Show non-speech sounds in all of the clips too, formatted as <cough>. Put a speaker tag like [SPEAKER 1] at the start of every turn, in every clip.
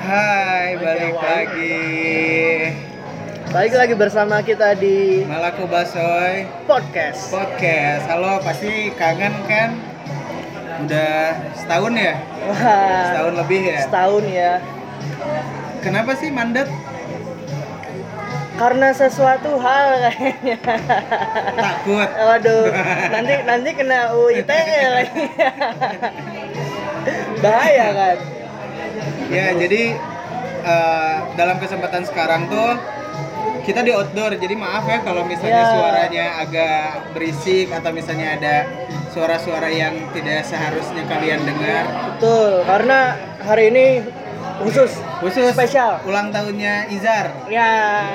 [SPEAKER 1] Hai, balik lagi.
[SPEAKER 2] Balik lagi bersama kita di
[SPEAKER 1] Malaku Basoy
[SPEAKER 2] podcast.
[SPEAKER 1] Podcast. Halo, pasti kangen kan? Udah setahun ya?
[SPEAKER 2] Wah,
[SPEAKER 1] Setahun lebih ya?
[SPEAKER 2] setahun ya.
[SPEAKER 1] Kenapa sih mandat?
[SPEAKER 2] Karena sesuatu hal kayaknya.
[SPEAKER 1] Takut.
[SPEAKER 2] Waduh, nanti nanti kena UIT kayaknya. Bahaya kan?
[SPEAKER 1] Ya, jadi eh, dalam kesempatan sekarang tuh kita di outdoor. Jadi maaf ya kalau misalnya
[SPEAKER 2] Ya.
[SPEAKER 1] suaranya agak berisik atau misalnya ada suara-suara yang tidak seharusnya kalian dengar.
[SPEAKER 2] Betul, karena hari ini khusus
[SPEAKER 1] Khusus
[SPEAKER 2] spesial.
[SPEAKER 1] ulang tahunnya Izar.
[SPEAKER 2] Ya,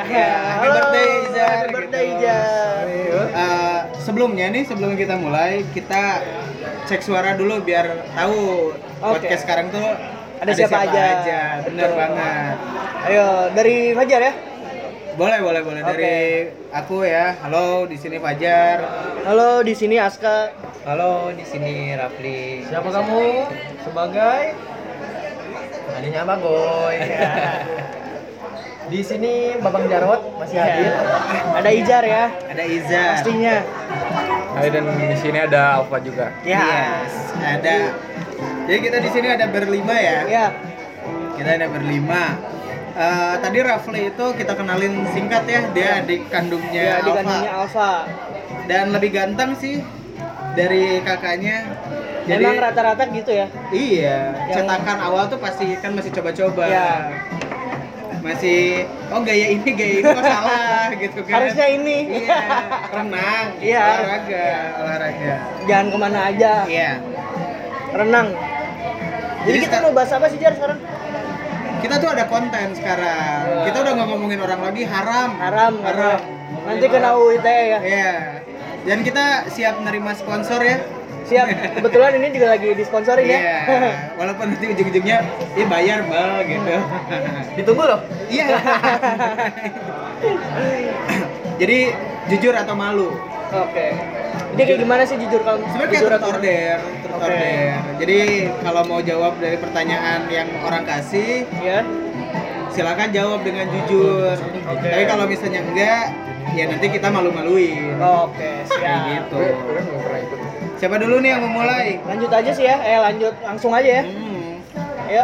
[SPEAKER 1] Ya, happy birthday, Iza,
[SPEAKER 2] Happy
[SPEAKER 1] gitu.
[SPEAKER 2] birthday, Iza.
[SPEAKER 1] Eh, sebelumnya nih sebelum kita mulai kita cek suara dulu biar tahu
[SPEAKER 2] Oke.
[SPEAKER 1] podcast sekarang tuh
[SPEAKER 2] Ada siapa aja.
[SPEAKER 1] bener
[SPEAKER 2] Betul.
[SPEAKER 1] banget
[SPEAKER 2] Ayo, dari Fajar ya.
[SPEAKER 1] boleh boleh boleh
[SPEAKER 2] Oke.
[SPEAKER 1] dari aku ya halo di sini Fajar
[SPEAKER 2] Halo, di sini Aska.
[SPEAKER 1] halo di sini Rafli
[SPEAKER 3] Siapa kamu sebagai adiknya <laughs> Bagoy? Di sini Babang Jarot masih hadir.
[SPEAKER 2] Ya. Ada Ijar ya,
[SPEAKER 1] ada Iza
[SPEAKER 2] pastinya.
[SPEAKER 3] Hai dan di sini ada Alfa juga.
[SPEAKER 2] Ya.
[SPEAKER 1] Yes, ada jadi kita di sini ada berlima ya
[SPEAKER 3] Iya,
[SPEAKER 2] Ya,
[SPEAKER 1] kita ada berlima Eh, tadi Rafli itu kita kenalin singkat ya dia adik
[SPEAKER 2] ya,
[SPEAKER 1] kandungnya
[SPEAKER 2] di
[SPEAKER 1] Alfa.
[SPEAKER 2] kandungnya Alfa.
[SPEAKER 1] dan lebih ganteng sih dari kakaknya jadi
[SPEAKER 2] Memang rata-rata gitu ya.
[SPEAKER 1] iya
[SPEAKER 2] Yang-
[SPEAKER 1] cetakan awal tuh pasti kan masih coba-coba
[SPEAKER 2] Ya.
[SPEAKER 1] masih oh gaya ini gaya ini kok salah gitu kan
[SPEAKER 2] Harusnya ini.
[SPEAKER 1] iya renang gitu,
[SPEAKER 2] Iya.
[SPEAKER 1] olahraga olahraga
[SPEAKER 2] Jangan kemana aja.
[SPEAKER 1] iya
[SPEAKER 2] Renang. Jadi,
[SPEAKER 1] Jadi
[SPEAKER 2] kita
[SPEAKER 1] sekarang-
[SPEAKER 2] mau bahas apa sih Jar sekarang?
[SPEAKER 1] kita tuh ada konten sekarang kita udah nggak ngomongin orang lagi haram
[SPEAKER 2] Iya. Haram,
[SPEAKER 1] haram
[SPEAKER 2] haram. Nanti kena UIT ya.
[SPEAKER 1] iya dan kita siap nerima sponsor ya
[SPEAKER 2] Siap. Kebetulan ini juga lagi disponsorin ya. <laughs>
[SPEAKER 1] Iya, walaupun nanti ujung-ujungnya dia bayar bal
[SPEAKER 2] <laughs>
[SPEAKER 1] gitu.
[SPEAKER 3] Ditunggu loh.
[SPEAKER 1] Iya. Jadi jujur atau malu?
[SPEAKER 2] Oke. Jadi kayak gimana sih jujur kalau
[SPEAKER 1] Sebenarnya kayak
[SPEAKER 2] jujur
[SPEAKER 1] truth
[SPEAKER 2] atau-
[SPEAKER 1] or dare, truth or
[SPEAKER 2] Oke.
[SPEAKER 1] dare. Jadi kalau mau jawab dari pertanyaan yang orang kasih,
[SPEAKER 2] Ya.
[SPEAKER 1] silakan jawab dengan jujur.
[SPEAKER 2] Oke.
[SPEAKER 1] Tapi kalau misalnya enggak, ya nanti kita malu-maluin.
[SPEAKER 2] Oke,
[SPEAKER 1] <laughs> Kayak
[SPEAKER 2] siap.
[SPEAKER 1] gitu. Siapa dulu nih yang mau mulai?
[SPEAKER 2] Lanjut aja sih ya. Eh, lanjut langsung aja ya.
[SPEAKER 1] Hmm.
[SPEAKER 2] Ayo.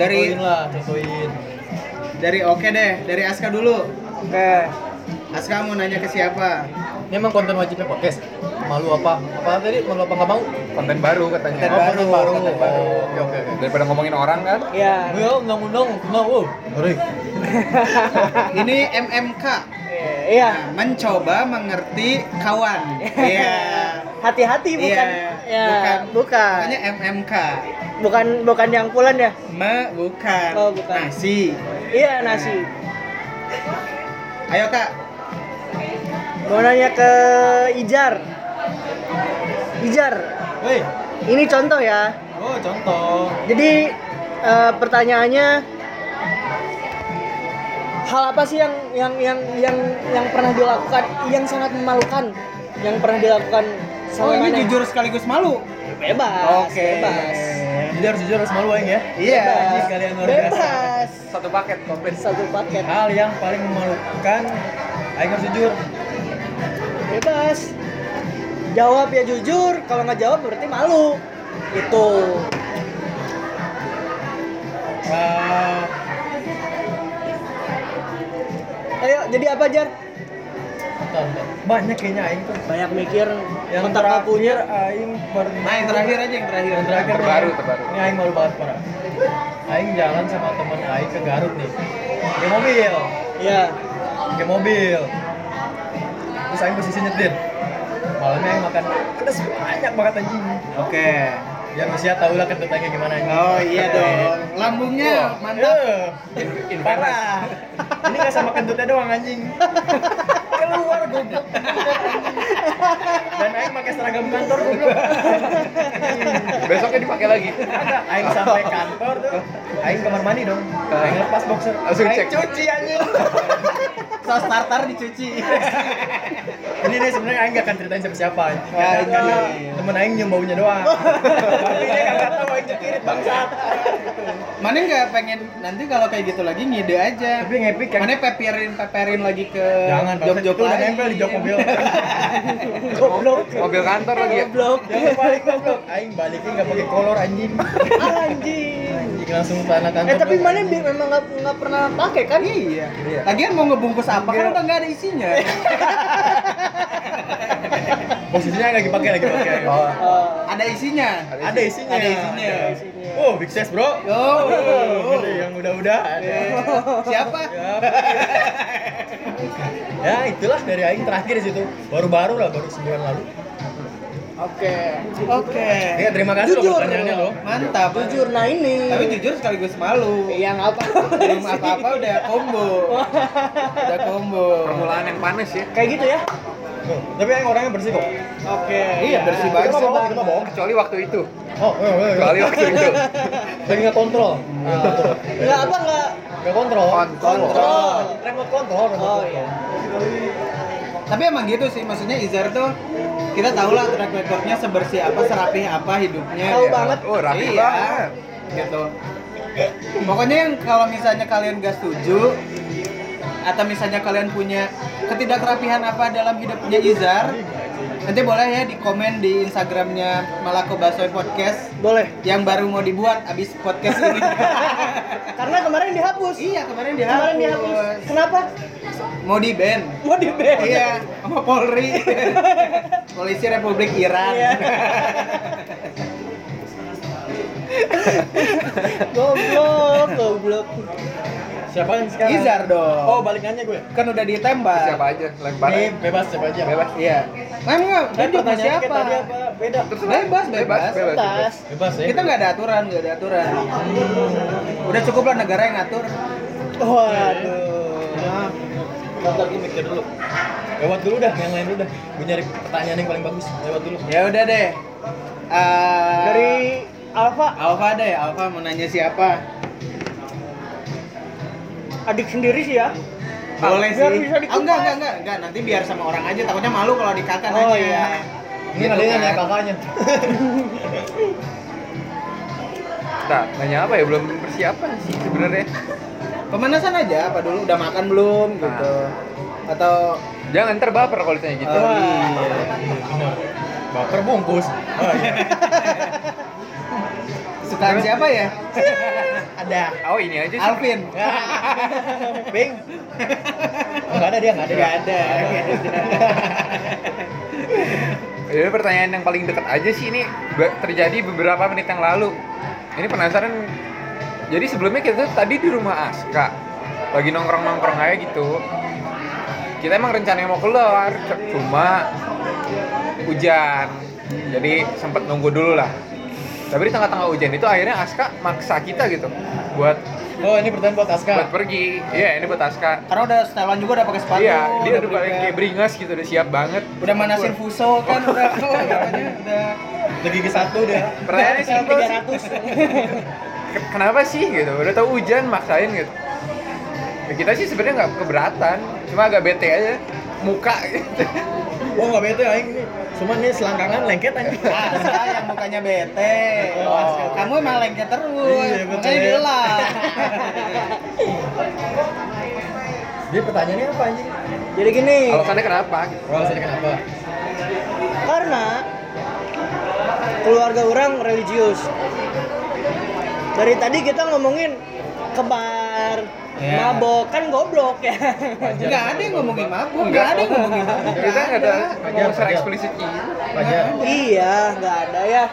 [SPEAKER 1] Dari
[SPEAKER 3] lah, contohin.
[SPEAKER 1] dari oke deh, dari Aska dulu.
[SPEAKER 2] Oke.
[SPEAKER 1] Aska mau nanya ke siapa?
[SPEAKER 3] Ini emang konten wajibnya podcast. Malu apa? Apa tadi? Malu apa nggak mau?
[SPEAKER 4] konten baru
[SPEAKER 3] Konten
[SPEAKER 4] katanya
[SPEAKER 1] Konten baru,
[SPEAKER 3] baru, baru.
[SPEAKER 1] konten baru.
[SPEAKER 3] Oh, Oke oke oke.
[SPEAKER 4] daripada ngomongin orang kan
[SPEAKER 2] Ya.
[SPEAKER 3] Ya, undang-undang, undang, wow. Ngeri.
[SPEAKER 1] Ini MMK.
[SPEAKER 2] Iya.
[SPEAKER 1] Nah, mencoba mengerti
[SPEAKER 2] <laughs>
[SPEAKER 1] kawan. Iya.
[SPEAKER 2] Hati-hati bukan
[SPEAKER 1] Iya.
[SPEAKER 2] ya,
[SPEAKER 1] Bukan.
[SPEAKER 2] bukan.
[SPEAKER 1] Namanya MMK.
[SPEAKER 2] Bukan bukan yang pulan ya.
[SPEAKER 1] Me bukan. Nah,
[SPEAKER 2] Oh, bukan.
[SPEAKER 1] Nasi.
[SPEAKER 2] Iya, nasi.
[SPEAKER 1] Ayo, Kak.
[SPEAKER 2] Mau nanya ke Ijar. Ijar,
[SPEAKER 3] Woi,
[SPEAKER 2] ini contoh ya.
[SPEAKER 3] oh contoh.
[SPEAKER 2] Jadi eh, pertanyaannya hal apa sih yang yang yang yang yang pernah dilakukan yang sangat memalukan yang pernah dilakukan
[SPEAKER 1] Oh,
[SPEAKER 2] sama
[SPEAKER 1] ini
[SPEAKER 2] mana?
[SPEAKER 1] jujur sekaligus malu.
[SPEAKER 2] bebas iya bebas
[SPEAKER 3] Jujur jujur harus malu aing ya.
[SPEAKER 1] Iya.
[SPEAKER 3] Ini sekalian luar biasa.
[SPEAKER 2] bebas
[SPEAKER 4] satu paket komplit
[SPEAKER 2] satu paket
[SPEAKER 3] Hal yang paling memalukan, aing harus jujur.
[SPEAKER 2] bebas jawab ya jujur kalau nggak jawab berarti malu itu
[SPEAKER 3] Ah,
[SPEAKER 2] ayo jadi apa jar
[SPEAKER 3] bentar, bentar. banyak kayaknya aing tuh.
[SPEAKER 2] banyak mikir
[SPEAKER 3] Yang
[SPEAKER 2] mentar
[SPEAKER 3] terakhir
[SPEAKER 2] kapunya
[SPEAKER 3] aing pernah
[SPEAKER 1] Nah, yang terakhir aja yang terakhir.
[SPEAKER 3] yang terakhir ya. nih,
[SPEAKER 4] Terbaru,
[SPEAKER 3] Aing.
[SPEAKER 4] terbaru.
[SPEAKER 3] Ini aing malu banget parah. Aing jalan sama teman aing ke Garut nih. Ke mobil,
[SPEAKER 2] ya
[SPEAKER 3] ke mobil. Terus aing posisi nyetir. Malamnya aing makan pedes banyak banget anjing.
[SPEAKER 1] Oke.
[SPEAKER 3] Ya mesti tahu lah kentutnya kayak gimana anjing.
[SPEAKER 1] Oh, iya dong. Lambungnya mantap.
[SPEAKER 3] Eh, parah. Ini nggak sama kentutnya doang anjing. Keluar goblok. Dan aing pakai seragam kantor goblok.
[SPEAKER 4] besoknya dipakai lagi
[SPEAKER 3] Kagak, aing sampai kantor tuh. Aing kamar mandi dong. Aing lepas boxer.
[SPEAKER 4] Langsung
[SPEAKER 3] aing
[SPEAKER 4] cek.
[SPEAKER 3] cuci anjing.
[SPEAKER 1] Saus tartar dicuci. <laughs>
[SPEAKER 3] Ini nih sebenarnya aing gak akan ceritain sama siapa
[SPEAKER 1] Wah,
[SPEAKER 3] anjing. Karena,
[SPEAKER 1] ini.
[SPEAKER 3] karena <laughs> temen aing nyium baunya doang. Tapi dia kagak tahu aing cekirit bangsat.
[SPEAKER 1] Mana nggak pengen nanti kalau kayak gitu lagi ngide aja.
[SPEAKER 3] Tapi ngepik kan?
[SPEAKER 1] Mana peperin peperin lagi ke
[SPEAKER 3] Jangan,
[SPEAKER 1] job-job
[SPEAKER 3] itu udah
[SPEAKER 1] lain.
[SPEAKER 3] nempel di jok mobil.
[SPEAKER 2] Goblok.
[SPEAKER 4] Mobil kantor lagi ya?
[SPEAKER 2] Goblok.
[SPEAKER 3] Jangan balik goblok. Aing baliknya nggak pakai kolor anjing.
[SPEAKER 2] Anjing.
[SPEAKER 3] Anjing langsung tanah kantor.
[SPEAKER 2] Eh tapi
[SPEAKER 3] doang.
[SPEAKER 2] mana bi- memang nggak nggak pernah pakai kan?
[SPEAKER 1] Iya.
[SPEAKER 3] Iya.
[SPEAKER 1] <laughs> Lagian mau ngebungkus apa kan udah nggak ada
[SPEAKER 3] <laughs>
[SPEAKER 1] isinya.
[SPEAKER 3] posisinya Aing lagi pakai lagi pakai.
[SPEAKER 4] Oh.
[SPEAKER 2] Eh,
[SPEAKER 1] ada isinya.
[SPEAKER 3] Ada isinya.
[SPEAKER 1] Ada isinya.
[SPEAKER 3] Ada isinya. Oh, big size, Bro.
[SPEAKER 1] Yo.
[SPEAKER 3] Oh, yang udah-udah.
[SPEAKER 1] Eh, Siapa?
[SPEAKER 3] Ya, itulah dari Aing terakhir di situ. Baru-baru lah, baru sebulan lalu.
[SPEAKER 2] Oke.
[SPEAKER 1] Oke.
[SPEAKER 3] Ya, terima kasih loh
[SPEAKER 2] Jujur.
[SPEAKER 3] pertanyaannya loh.
[SPEAKER 1] Mantap.
[SPEAKER 2] Jujur nah ini.
[SPEAKER 1] Tapi jujur sekaligus malu.
[SPEAKER 2] Iya nggak apa.
[SPEAKER 1] Belum apa-apa udah combo. Udah combo.
[SPEAKER 4] Permulaan yang panas ya.
[SPEAKER 2] Kayak gitu ya.
[SPEAKER 3] Tuh, Tapi Aing orangnya bersih kok.
[SPEAKER 2] Oke.
[SPEAKER 1] Iya, bersih
[SPEAKER 3] Itu
[SPEAKER 1] banget.
[SPEAKER 3] mah bohong, itu mah bohong.
[SPEAKER 4] Kecuali waktu itu.
[SPEAKER 3] Oh, iya, iya, iya.
[SPEAKER 4] Kecuali waktu itu.
[SPEAKER 3] Lagi nggak kontrol.
[SPEAKER 2] Eh. Nggak apa nggak.
[SPEAKER 3] Nggak kontrol.
[SPEAKER 4] Kontrol.
[SPEAKER 2] Kontrol.
[SPEAKER 3] Remote kontrol. remote
[SPEAKER 2] Oh
[SPEAKER 3] kontrol.
[SPEAKER 2] iya.
[SPEAKER 1] Tapi emang gitu sih, maksudnya Izar tuh kita tahu lah track recordnya sebersih apa, serapih apa hidupnya.
[SPEAKER 2] Tahu
[SPEAKER 1] ya.
[SPEAKER 2] banget.
[SPEAKER 4] Oh, rapi
[SPEAKER 1] Iya,
[SPEAKER 4] banget.
[SPEAKER 1] Gitu. Pokoknya yang kalau misalnya kalian gak setuju atau misalnya kalian punya ketidakrapihan apa dalam hidupnya Izar, nanti boleh ya di komen di Instagramnya Malako Basoy Podcast
[SPEAKER 2] Boleh.
[SPEAKER 1] yang baru mau dibuat abis podcast ini.
[SPEAKER 2] Karena kemarin dihapus.
[SPEAKER 1] iya kemarin dihapus.
[SPEAKER 2] Kemarin dihapus. Oh, Kenapa?
[SPEAKER 1] Mau di ban.
[SPEAKER 2] Mau di ban.
[SPEAKER 1] Iya, sama Polri. Polisi Republik Iran.
[SPEAKER 2] Iya. Goblok, goblok.
[SPEAKER 3] Siapa yang sekarang?
[SPEAKER 1] Izar dong.
[SPEAKER 3] Oh, balikannya gue.
[SPEAKER 1] kan udah ditembak.
[SPEAKER 4] Siapa aja lempar.
[SPEAKER 3] Ini bebas siapa aja.
[SPEAKER 4] Bebas.
[SPEAKER 1] Iya. Nah, enggak,
[SPEAKER 3] Eh,
[SPEAKER 1] tunjuk mau
[SPEAKER 3] pertanyaannya
[SPEAKER 1] siapa?
[SPEAKER 3] kayak tadi apa? Beda.
[SPEAKER 1] Bebas, bebas.
[SPEAKER 4] bebas.
[SPEAKER 2] Tas.
[SPEAKER 3] Bebas ya.
[SPEAKER 1] Kita nggak ada aturan, nggak ada aturan. Udah cukup lah negara yang ngatur.
[SPEAKER 2] Waduh.
[SPEAKER 1] Nah,
[SPEAKER 3] Bentar gue mikir dulu. Lewat dulu dah, yang lain dulu dah. Gue nyari pertanyaan yang paling bagus. Lewat dulu.
[SPEAKER 1] ya udah deh. Eh,
[SPEAKER 2] Dari Alfa,
[SPEAKER 1] Alfa deh, Alfa mau nanya siapa?
[SPEAKER 2] adik sendiri sih ya.
[SPEAKER 1] Boleh
[SPEAKER 2] biar
[SPEAKER 1] sih.
[SPEAKER 2] bisa dikupas.
[SPEAKER 1] Oh, enggak, enggak, enggak, enggak. Nanti biar sama orang aja. Takutnya malu kalau ya. di kakak
[SPEAKER 2] Oh,
[SPEAKER 1] nanya.
[SPEAKER 2] iya.
[SPEAKER 3] Ini
[SPEAKER 1] Gitu
[SPEAKER 3] ada yang
[SPEAKER 1] kan.
[SPEAKER 3] nanya kakaknya.
[SPEAKER 4] Nah, nanya apa ya? Belum persiapan sih sebenarnya.
[SPEAKER 1] Pemanasan aja, apa dulu udah makan belum gitu. Atau
[SPEAKER 4] Jangan terbaper kalau ditanya gitu.
[SPEAKER 1] Oh,
[SPEAKER 3] Benar. iya, Baper bungkus. Oh, iya.
[SPEAKER 1] kesukaan siapa <laughs> ya?
[SPEAKER 3] Ada.
[SPEAKER 4] Oh, ini aja sih.
[SPEAKER 1] <laughs> Alvin.
[SPEAKER 3] Bing. Enggak ada dia, enggak ada.
[SPEAKER 1] Enggak Oh, ada.
[SPEAKER 4] Jadi pertanyaan yang paling dekat aja sih ini be- terjadi beberapa menit yang lalu. Ini penasaran. Jadi sebelumnya kita tuh tadi di rumah Aska lagi nongkrong nongkrong aja gitu. Kita emang rencananya mau keluar, c- cuma hujan. Jadi sempet nunggu dulu lah. Tapi di tengah-tengah hujan itu akhirnya Aska maksa kita gitu buat
[SPEAKER 3] Oh, ini pertanyaan buat Aska.
[SPEAKER 4] buat pergi. Iya, ini buat Aska.
[SPEAKER 1] Karena udah setelan juga udah pakai sepatu.
[SPEAKER 4] Iya, dia udah
[SPEAKER 1] beli
[SPEAKER 4] paling kayak
[SPEAKER 1] bag.
[SPEAKER 4] beringas gitu, udah siap banget.
[SPEAKER 1] Udah manasin fuso kan
[SPEAKER 4] <laughs>
[SPEAKER 1] udah oh, katanya udah
[SPEAKER 3] Lagi ke satu dia.
[SPEAKER 4] Pertanyaannya simpel sih.
[SPEAKER 2] 300.
[SPEAKER 4] Ke- kenapa sih gitu udah tau hujan maksain gitu Ya, kita sih sebenarnya nggak keberatan cuma agak bete aja muka gitu.
[SPEAKER 3] Gua enggak bete aing ini. Cuma ini selangkangan lengket anjing.
[SPEAKER 1] Aska yang mukanya bete.
[SPEAKER 3] Oh, Aska.
[SPEAKER 1] Kamu emang lengket terus.
[SPEAKER 3] Iya, betul.
[SPEAKER 1] Makanya dielak.
[SPEAKER 3] Dia pertanyaannya apa anjing?
[SPEAKER 2] Jadi gini,
[SPEAKER 4] alasannya kenapa gitu.
[SPEAKER 3] Alasannya kenapa?
[SPEAKER 2] karena keluarga orang religius. Dari tadi kita ngomongin ke bar,
[SPEAKER 3] Ya.
[SPEAKER 2] mabok kan goblok ya.
[SPEAKER 1] Enggak ada yang ngomongin mabuk, enggak
[SPEAKER 4] Nggak.
[SPEAKER 1] ada yang ngomongin mabuk.
[SPEAKER 4] kita nggak Iya kan, ada
[SPEAKER 3] Wajar,
[SPEAKER 4] ngomong secara
[SPEAKER 3] wajar.
[SPEAKER 4] eksplisit gitu.
[SPEAKER 3] Wajar.
[SPEAKER 2] iya, nggak ada ya.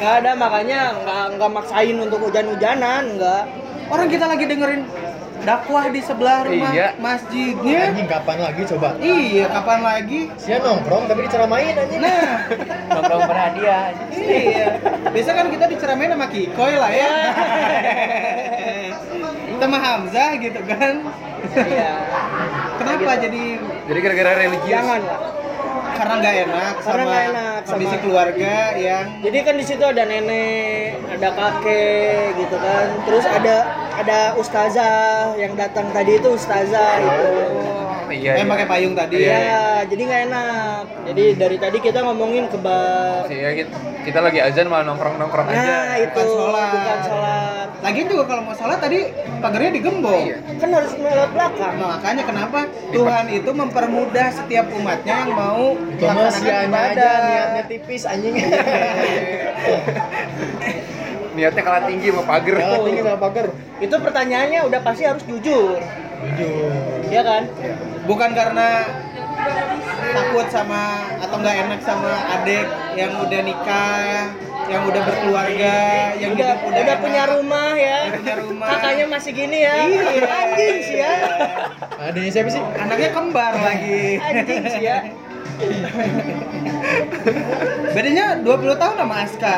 [SPEAKER 2] Nggak ada makanya nggak nggak maksain untuk hujan-hujanan nggak.
[SPEAKER 1] Orang kita lagi dengerin dakwah di sebelah rumah
[SPEAKER 4] Iya.
[SPEAKER 1] masjidnya.
[SPEAKER 3] Anjing kapan lagi coba?
[SPEAKER 1] Iya, kapan lagi?
[SPEAKER 3] Sia nongkrong tapi diceramain anjing.
[SPEAKER 1] Nah,
[SPEAKER 4] nongkrong berhadiah
[SPEAKER 1] Iya. Biasa kan kita diceramain sama Kikoy lah ya. sama Hamzah gitu kan.
[SPEAKER 2] Iya.
[SPEAKER 1] Kenapa jadi
[SPEAKER 4] jadi gara-gara religius
[SPEAKER 2] Jangan lah.
[SPEAKER 1] karena nggak enak
[SPEAKER 2] Karena
[SPEAKER 1] sama
[SPEAKER 2] nggak enak sama-
[SPEAKER 1] kondisi keluarga yang
[SPEAKER 2] Jadi kan di situ ada nenek, ada kakek gitu kan. Terus ada ada ustazah yang datang tadi itu ustazah gitu.
[SPEAKER 4] Oh, iya,
[SPEAKER 1] yang
[SPEAKER 4] iya.
[SPEAKER 1] Eh, pakai payung tadi.
[SPEAKER 4] Iya.
[SPEAKER 2] Iya, jadi nggak enak. Jadi dari tadi kita ngomongin ke bar.
[SPEAKER 4] ya, gitu. Iya, kita, kita lagi azan malah nongkrong nongkrong aja
[SPEAKER 2] Nah, itu
[SPEAKER 1] sholat.
[SPEAKER 2] bukan sholat.
[SPEAKER 1] Lagian juga kalau mau sholat tadi pagarnya digembok.
[SPEAKER 4] Iya.
[SPEAKER 2] kan harus melewat belakang
[SPEAKER 1] Nah, makanya kenapa Tuhan itu mempermudah setiap umatnya yang mau
[SPEAKER 3] Thomas
[SPEAKER 1] melaksanakan
[SPEAKER 3] ya
[SPEAKER 1] ibadah.
[SPEAKER 3] aja niatnya tipis anjing. Iya.
[SPEAKER 4] niatnya kalah tinggi sama pagar
[SPEAKER 3] Jalan tinggi sama pagar.
[SPEAKER 2] itu pertanyaannya udah pasti harus jujur
[SPEAKER 3] Jujur.
[SPEAKER 2] ya kan
[SPEAKER 1] Iya. Bukan karena takut sama atau nggak enak sama adik yang udah nikah, yang udah berkeluarga, yang
[SPEAKER 2] udah
[SPEAKER 1] hidup
[SPEAKER 2] udah, punya
[SPEAKER 1] enak.
[SPEAKER 2] rumah ya
[SPEAKER 1] Udah punya rumah.
[SPEAKER 2] kakaknya masih gini ya
[SPEAKER 1] Iya.
[SPEAKER 2] anjing sih <laughs> ya
[SPEAKER 3] Adanya siapa sih?
[SPEAKER 1] Anaknya kembar lagi.
[SPEAKER 2] anjing sih ya
[SPEAKER 1] Bedanya 20 tahun sama Aska.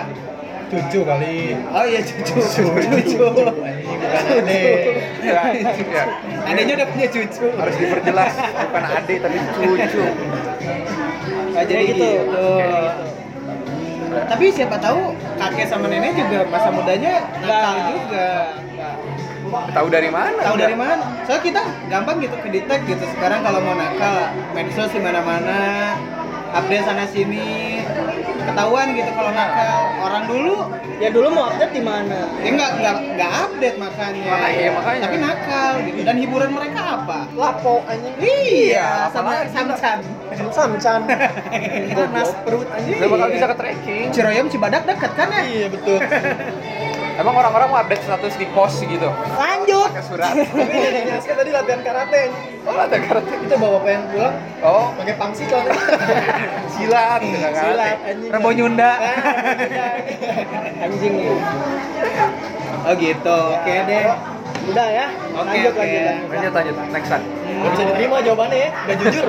[SPEAKER 3] Cucu kali.
[SPEAKER 1] Oh iya cucu. Cucu.
[SPEAKER 3] Anjing bukan adek.
[SPEAKER 4] <laughs> ya, ya.
[SPEAKER 1] Adiknya udah punya cucu.
[SPEAKER 4] harus diperjelas bukan adik tapi cucu
[SPEAKER 1] Nah, jadi
[SPEAKER 2] Kayak gitu.
[SPEAKER 1] gitu. Tapi siapa tahu kakek sama nenek juga masa mudanya nakal
[SPEAKER 2] Nah.
[SPEAKER 1] juga.
[SPEAKER 4] tahu dari mana
[SPEAKER 1] Tahu dari mana? Soalnya kita gampang gitu kedetek gitu. Sekarang kalau mau nakal, medsos di mana-mana, update sana sini, ketahuan gitu kalau nakal. Orang dulu
[SPEAKER 2] ya dulu mau update di mana
[SPEAKER 1] ya nggak nggak nggak update makanya.
[SPEAKER 4] Makanya, makanya.
[SPEAKER 1] Tapi nakal gitu. Dan hiburan mereka apa?
[SPEAKER 3] Lapo anjing.
[SPEAKER 1] Iya, sama samcan.
[SPEAKER 2] <laughs>
[SPEAKER 3] Samcan.
[SPEAKER 1] Panas perut anjing.
[SPEAKER 4] nggak bakal bisa ke tracking
[SPEAKER 1] Ciroyom Cibadak dekat kan ya?
[SPEAKER 3] Iya betul.
[SPEAKER 4] emang orang-orang mau update status di post gitu
[SPEAKER 2] lanjut
[SPEAKER 4] pakai surat
[SPEAKER 3] Ini yang Aska Iya, kan tadi latihan karate anjing.
[SPEAKER 4] oh ada kartu
[SPEAKER 3] Kita bawa pengen pulang
[SPEAKER 4] oh
[SPEAKER 3] pakai pangsi celana.
[SPEAKER 4] silat gitu kan.
[SPEAKER 3] Silat anjing.
[SPEAKER 1] Rebo Nyunda.
[SPEAKER 2] anjing ya.
[SPEAKER 1] Oh gitu, oke deh.
[SPEAKER 2] udah ya
[SPEAKER 1] Oke,
[SPEAKER 2] lanjut
[SPEAKER 1] oke.
[SPEAKER 2] lanjut lanjut.
[SPEAKER 4] lanjut lanjut next one
[SPEAKER 3] Gak bisa diterima jawabannya ya, gak jujur.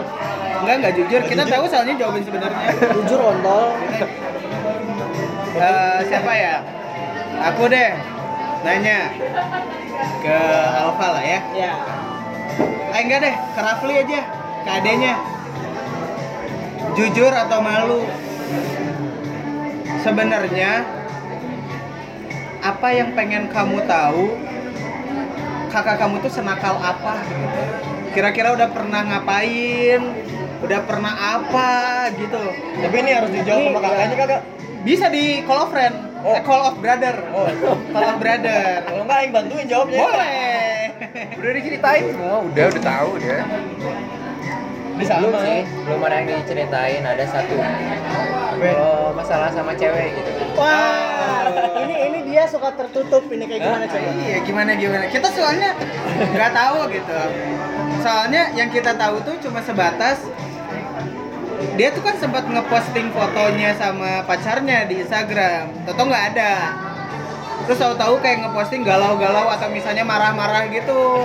[SPEAKER 1] Enggak enggak jujur, kita tahu soalnya jawaban sebenarnya.
[SPEAKER 2] jujur ontol
[SPEAKER 1] Eh, siapa ya? Aku deh. Nanya ke Alfa lah ya.
[SPEAKER 2] ya
[SPEAKER 1] Eh enggak deh, ke Rafli aja. Ke adenya. Jujur atau malu? Sebenarnya apa yang pengen kamu tahu kakak kamu tuh senakal apa gitu. Kira-kira udah pernah ngapain? Udah pernah apa gitu.
[SPEAKER 3] Tapi ini harus dijawab sama kakaknya kakak.
[SPEAKER 1] Bisa di call of friend,
[SPEAKER 3] Oh.
[SPEAKER 1] eh, call of brother.
[SPEAKER 3] Oh,
[SPEAKER 1] Call of
[SPEAKER 3] <laughs>
[SPEAKER 1] brother.
[SPEAKER 3] kalau nggak yang bantuin jawabnya.
[SPEAKER 1] Boleh.
[SPEAKER 4] udah diceritain semua Oh, udah udah tahu dia
[SPEAKER 3] Ini sama. eh.
[SPEAKER 5] belum sih eh. belum ada yang diceritain ada satu kalau masalah sama cewek gitu
[SPEAKER 2] wah ini ini dia suka tertutup ini kayak gimana coba
[SPEAKER 1] Iya, gimana gimana. Kita soalnya nggak tahu gitu. Soalnya yang kita tahu tuh cuma sebatas dia tuh kan sempat ngeposting fotonya sama pacarnya di Instagram. Toto nggak ada. Terus tahu-tahu kayak ngeposting galau-galau atau misalnya marah-marah gitu.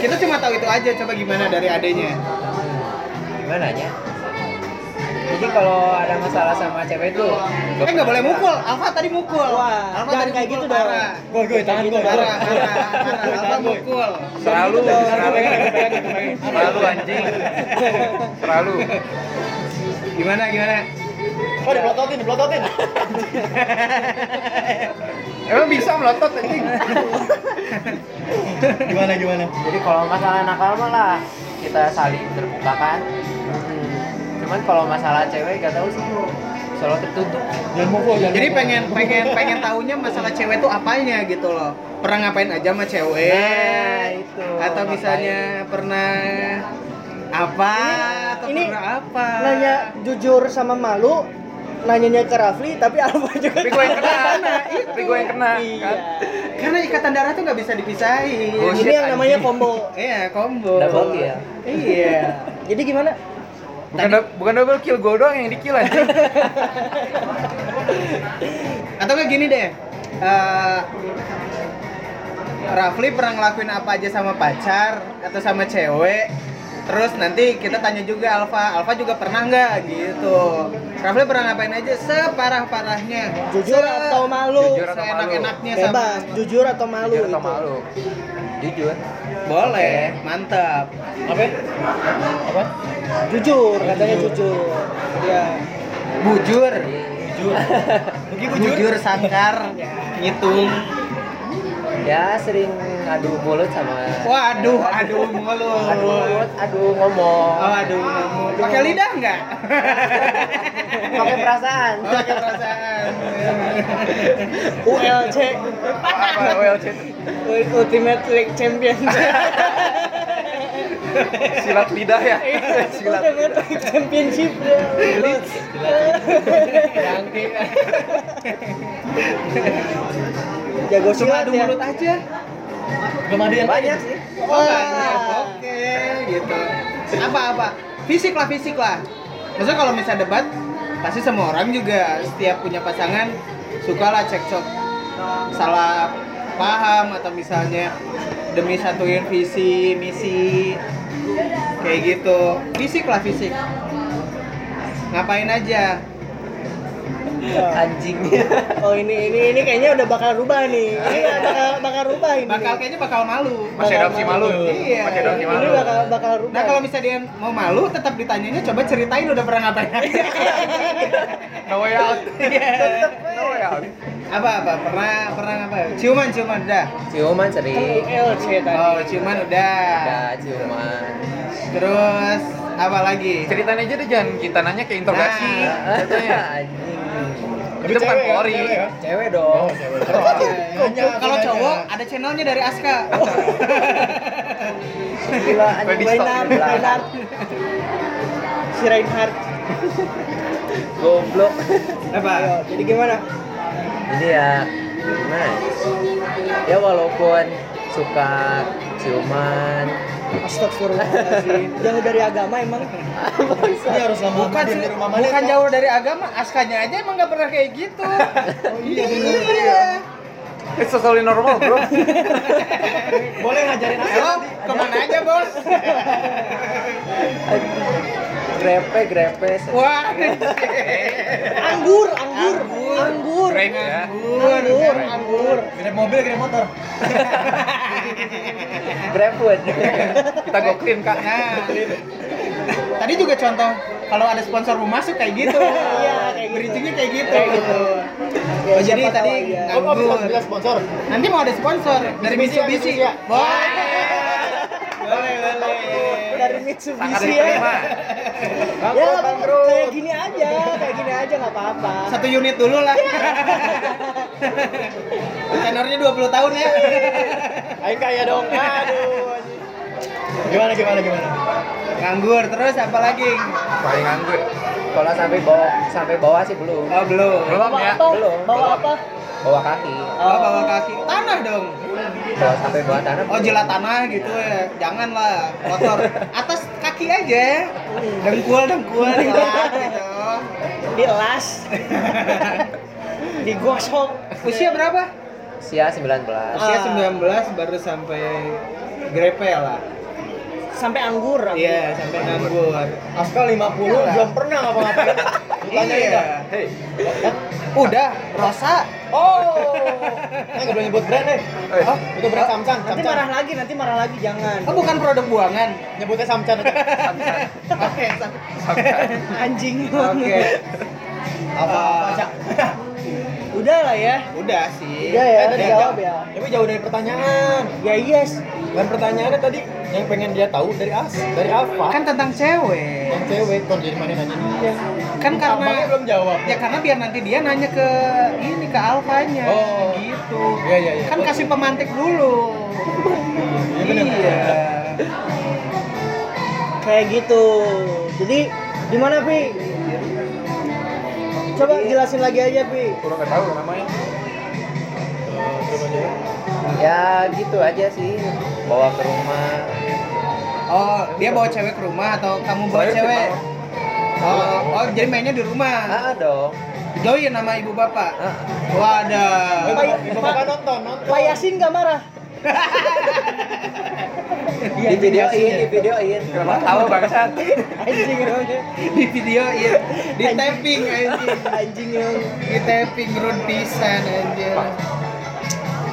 [SPEAKER 1] Kita cuma tahu itu aja. Coba gimana dari adenya?
[SPEAKER 5] gimana ya jadi kalau ada masalah sama cewek itu
[SPEAKER 1] Eh nggak boleh mukul. Alfa tadi mukul.
[SPEAKER 2] Wah,
[SPEAKER 1] Alfa
[SPEAKER 2] jangan
[SPEAKER 1] tadi
[SPEAKER 2] kayak
[SPEAKER 1] mukul
[SPEAKER 2] gitu dong.
[SPEAKER 1] parah.
[SPEAKER 3] Gue gue tahan gue.
[SPEAKER 1] Parah, parah, parah. Alfa
[SPEAKER 3] Tahan, Boy.
[SPEAKER 1] mukul.
[SPEAKER 4] selalu selalu selalu anjing selalu
[SPEAKER 1] Gimana gimana?
[SPEAKER 3] Oh dipelototin, dipelototin.
[SPEAKER 4] emang bisa melotot anjing
[SPEAKER 3] Gimana gimana?
[SPEAKER 5] jadi kalau masalah nakal malah kita saling terbuka kan cuman kalau masalah cewek gak tahu sih selalu tertutup
[SPEAKER 3] Jangan mukul, jangan.
[SPEAKER 1] Jadi
[SPEAKER 3] mukul.
[SPEAKER 1] pengen pengen pengen tahunya masalah cewek tuh apanya gitu loh. Pernah ngapain aja sama cewek?
[SPEAKER 5] Nah, itu.
[SPEAKER 1] Atau misalnya pernah apa?
[SPEAKER 5] Iya,
[SPEAKER 1] Atau
[SPEAKER 2] ini
[SPEAKER 1] pernah apa?
[SPEAKER 2] nanya jujur sama malu nanyanya ke Rafli tapi <laughs> Alfa juga
[SPEAKER 4] tapi gue yang kena tapi gue yang kena
[SPEAKER 2] iya
[SPEAKER 4] kan
[SPEAKER 1] Karena ikatan darah tuh nggak bisa dipisahin.
[SPEAKER 4] Oh,
[SPEAKER 2] ini
[SPEAKER 4] shit,
[SPEAKER 2] yang namanya
[SPEAKER 4] anjing.
[SPEAKER 2] combo
[SPEAKER 1] Iya, combo.
[SPEAKER 5] Oh. Double kill.
[SPEAKER 1] Iya.
[SPEAKER 2] jadi gimana
[SPEAKER 4] bukan do- bukan double kill gue doang yang di kill anjing
[SPEAKER 1] Atau kayak gini deh. Eh, Rafli pernah ngelakuin apa aja sama pacar atau sama cewek? Terus nanti kita tanya juga Alfa, Alfa juga pernah nggak gitu? Rafli pernah ngapain aja separah parahnya?
[SPEAKER 2] jujur atau malu
[SPEAKER 4] Jujur atau malu?
[SPEAKER 1] Seenak-enaknya sama.
[SPEAKER 2] bebas jujur atau malu
[SPEAKER 4] jujur
[SPEAKER 2] itu
[SPEAKER 4] atau malu
[SPEAKER 5] jujur
[SPEAKER 1] Boleh, mantap.
[SPEAKER 3] apa? Apa?
[SPEAKER 2] jujur katanya jujur ya
[SPEAKER 1] Bujur,
[SPEAKER 3] Jujur. Bagi bujur.
[SPEAKER 1] bujur sangkar, ngitung.
[SPEAKER 5] ya sering adu mulut sama
[SPEAKER 1] Waduh, aduh
[SPEAKER 5] adu
[SPEAKER 1] mulut.
[SPEAKER 5] mulut adu ngomong
[SPEAKER 1] Oh, aduh mulut. Pakai lidah enggak?
[SPEAKER 5] pakai perasaan
[SPEAKER 1] Oh, pakai perasaan.
[SPEAKER 2] ULC
[SPEAKER 4] Apa WLC itu?
[SPEAKER 2] Ultimate League Champion <laughs>
[SPEAKER 4] silat lidah ya silat
[SPEAKER 2] Ultimate League Championship ya.
[SPEAKER 1] Bangke.
[SPEAKER 2] Jago
[SPEAKER 1] Cuma
[SPEAKER 2] silat
[SPEAKER 1] adu
[SPEAKER 2] ya
[SPEAKER 1] mulut aja.
[SPEAKER 3] belum ada yang
[SPEAKER 5] banyak sih
[SPEAKER 1] Oh,
[SPEAKER 2] Wah.
[SPEAKER 1] banyak. Oke, gitu. Apa-apa? Fisik lah, fisik lah. Maksudnya kalau misalnya debat, pasti semua orang juga setiap punya pasangan sukalah cekcok salah paham atau misalnya demi satuin visi misi kayak gitu fisik lah fisik ngapain aja
[SPEAKER 5] anjing
[SPEAKER 2] Oh ini ini ini kayaknya udah bakal rubah nih. Ini bakal bakal rubah ini.
[SPEAKER 1] bakal kayaknya bakal malu
[SPEAKER 4] masih ada opsi malu
[SPEAKER 1] Iya.
[SPEAKER 4] masih ada opsi
[SPEAKER 2] ini
[SPEAKER 4] malu
[SPEAKER 2] bakal bakal rubah.
[SPEAKER 1] nah kalau misalnya dia mau malu tetap ditanyanya coba ceritain udah pernah ngapain
[SPEAKER 3] Iya,
[SPEAKER 1] aja
[SPEAKER 4] no way out no way out
[SPEAKER 1] apa apa pernah pernah apa ciuman ciuman udah
[SPEAKER 5] ciuman
[SPEAKER 2] Nah,
[SPEAKER 5] sering
[SPEAKER 2] ULC tadi.
[SPEAKER 1] oh ciuman udah
[SPEAKER 5] ada ciuman
[SPEAKER 1] terus apa lagi
[SPEAKER 4] ceritanya aja deh jangan kita nanya ke interogasi
[SPEAKER 1] Nah.
[SPEAKER 4] Contohnya.
[SPEAKER 5] <laughs> anjing
[SPEAKER 4] itu bukan
[SPEAKER 3] ya?
[SPEAKER 4] Polri
[SPEAKER 5] cewek
[SPEAKER 3] oh
[SPEAKER 5] dong
[SPEAKER 3] cewek Nanya, aku
[SPEAKER 1] iya, kalau
[SPEAKER 3] nanya.
[SPEAKER 1] cowok ada channelnya dari Aska
[SPEAKER 3] Oh.
[SPEAKER 2] Gila, anjing.
[SPEAKER 4] Ready stop.
[SPEAKER 2] Reinhard, Reinhard. Si Reinhard.
[SPEAKER 5] goblok
[SPEAKER 1] apa
[SPEAKER 2] Ayo, Oh, jadi gimana?
[SPEAKER 5] jadi ya gimana ya? ya walaupun suka ciuman
[SPEAKER 2] Astagfirullahaladzim. Jauh dari agama emang.
[SPEAKER 3] ini harus lama
[SPEAKER 1] bukan
[SPEAKER 3] di rumah mana
[SPEAKER 1] bukan jauh dari agama Askanya aja emang nggak pernah kayak gitu
[SPEAKER 3] iya bener.
[SPEAKER 1] iya
[SPEAKER 4] it's totally normal bro
[SPEAKER 3] boleh ngajarin
[SPEAKER 1] Halo, kemana aja bos?
[SPEAKER 5] grepe grepe sering.
[SPEAKER 1] Wah,
[SPEAKER 2] Anggur, anggur,
[SPEAKER 1] Anggur.
[SPEAKER 2] anggur.
[SPEAKER 4] Grape ya
[SPEAKER 2] Anggur, anggur.
[SPEAKER 3] grab mobil grab motor
[SPEAKER 5] Grabfood.
[SPEAKER 2] Oh,
[SPEAKER 4] kita goklin kak
[SPEAKER 1] Nah, tadi juga contoh kalau ada sponsor mau masuk kayak gitu.
[SPEAKER 2] Iya, kayak gitu.
[SPEAKER 1] Bridgingnya kayak gitu.
[SPEAKER 2] Kayak gitu. Ya,
[SPEAKER 1] Oh, jadi
[SPEAKER 2] siapa tahu
[SPEAKER 1] tadi
[SPEAKER 2] aja.
[SPEAKER 1] anggur.
[SPEAKER 3] sponsor
[SPEAKER 1] Nanti mau ada sponsor dari Mitsubishi.
[SPEAKER 3] Mitsubishi ya.
[SPEAKER 1] Boleh. Boleh, boleh.
[SPEAKER 2] dari
[SPEAKER 4] sangat
[SPEAKER 2] Mitsubishi ya.
[SPEAKER 4] diterima
[SPEAKER 2] Ya, kayak gini aja, kayak gini aja nggak apa-apa.
[SPEAKER 1] Satu unit dulu
[SPEAKER 2] <laughs>
[SPEAKER 1] lah. Tenornya 20 tahun ya.
[SPEAKER 3] ayo kaya ya <laughs> dong aduh gimana gimana gimana
[SPEAKER 1] Nganggur terus apa lagi?
[SPEAKER 4] paling anggur
[SPEAKER 5] Kalau sampai bawah sampai bawah sih belum.
[SPEAKER 1] Oh, belum.
[SPEAKER 4] belum
[SPEAKER 2] Bawa
[SPEAKER 4] ya
[SPEAKER 2] apa?
[SPEAKER 5] belum.
[SPEAKER 2] Bawa apa?
[SPEAKER 5] Bawa kaki.
[SPEAKER 1] Oh, bawa kaki. Tanah dong.
[SPEAKER 5] Kalau sampai bawah tanah.
[SPEAKER 1] Oh jilat tanah gitu ya, jangan lah kotor. Atas kaki aja, dengkul dengkul
[SPEAKER 3] <laughs>
[SPEAKER 1] jilat gitu.
[SPEAKER 2] Dielas.
[SPEAKER 4] <laughs>
[SPEAKER 2] Digosok.
[SPEAKER 1] Usia berapa?
[SPEAKER 5] Usia 19.
[SPEAKER 1] Usia 19
[SPEAKER 2] Ah.
[SPEAKER 1] baru sampai grepe lah.
[SPEAKER 2] sampai anggur. aku.
[SPEAKER 1] Iya sampai nganggur.
[SPEAKER 3] Aska 50 belum pernah
[SPEAKER 1] <laughs>
[SPEAKER 3] ngapa-ngapain ditanyain
[SPEAKER 1] Iya.
[SPEAKER 3] dah
[SPEAKER 4] hey
[SPEAKER 1] Udah rosa. <laughs>
[SPEAKER 3] oh nggak boleh nyebut brand eh
[SPEAKER 4] Eh,
[SPEAKER 1] Oh,
[SPEAKER 3] itu brand Samchan
[SPEAKER 2] Nanti
[SPEAKER 3] Samchan.
[SPEAKER 2] marah lagi, nanti marah lagi jangan.
[SPEAKER 1] oh, bukan produk buangan.
[SPEAKER 3] nyebutnya
[SPEAKER 1] <laughs>
[SPEAKER 3] Samchan aja.
[SPEAKER 2] <laughs>
[SPEAKER 1] Oke. sam-
[SPEAKER 2] Anjing.
[SPEAKER 1] Oke.
[SPEAKER 3] apa
[SPEAKER 1] Ah.
[SPEAKER 3] Cak? Iya,
[SPEAKER 2] Udah lah ya.
[SPEAKER 1] Udah sih.
[SPEAKER 2] Udah ya,
[SPEAKER 1] Eh,
[SPEAKER 2] udah
[SPEAKER 1] udah.
[SPEAKER 2] jawab ya.
[SPEAKER 3] tapi jauh dari pertanyaan
[SPEAKER 2] Ya yes.
[SPEAKER 3] dan pertanyaannya tadi yang pengen dia tahu dari as dari apa
[SPEAKER 1] Kan tentang cewek.
[SPEAKER 3] yang cewek kok jadi mana nanya dia
[SPEAKER 1] Kan
[SPEAKER 3] Abangnya
[SPEAKER 1] karena
[SPEAKER 3] belum jawab
[SPEAKER 1] ya karena biar nanti dia nanya ke ini ke alfanya
[SPEAKER 3] Oh.
[SPEAKER 1] gitu.
[SPEAKER 3] Iya, iya, iya.
[SPEAKER 1] Kan kasih pemantik dulu.
[SPEAKER 3] Iya, bener.
[SPEAKER 2] Kayak gitu. Jadi gimana Pi? Coba jelasin lagi aja Pi.
[SPEAKER 4] kurang nggak tahu namanya
[SPEAKER 5] Ya gitu aja sih. Bawa ke rumah.
[SPEAKER 1] Oh, dia bawa cewek ke rumah atau kamu bawa
[SPEAKER 4] Saya
[SPEAKER 1] cewek?
[SPEAKER 4] sih
[SPEAKER 1] Oh, oh, jadi mainnya di rumah.
[SPEAKER 5] Ah dong.
[SPEAKER 1] Join nama ibu bapak.
[SPEAKER 5] Ah.
[SPEAKER 1] <laughs> Wadah.
[SPEAKER 2] Pak-
[SPEAKER 3] Ibu bapak nonton, nonton.
[SPEAKER 2] Pak Yasin
[SPEAKER 1] <laughs>
[SPEAKER 2] gak marah?
[SPEAKER 5] Di videoin, di videoin.
[SPEAKER 4] kenapa tahu bangsat
[SPEAKER 2] Anjing dong.
[SPEAKER 1] Di video ya, di tapping anjing.
[SPEAKER 2] Anjing dong.
[SPEAKER 1] Di tapping run pisan anjir.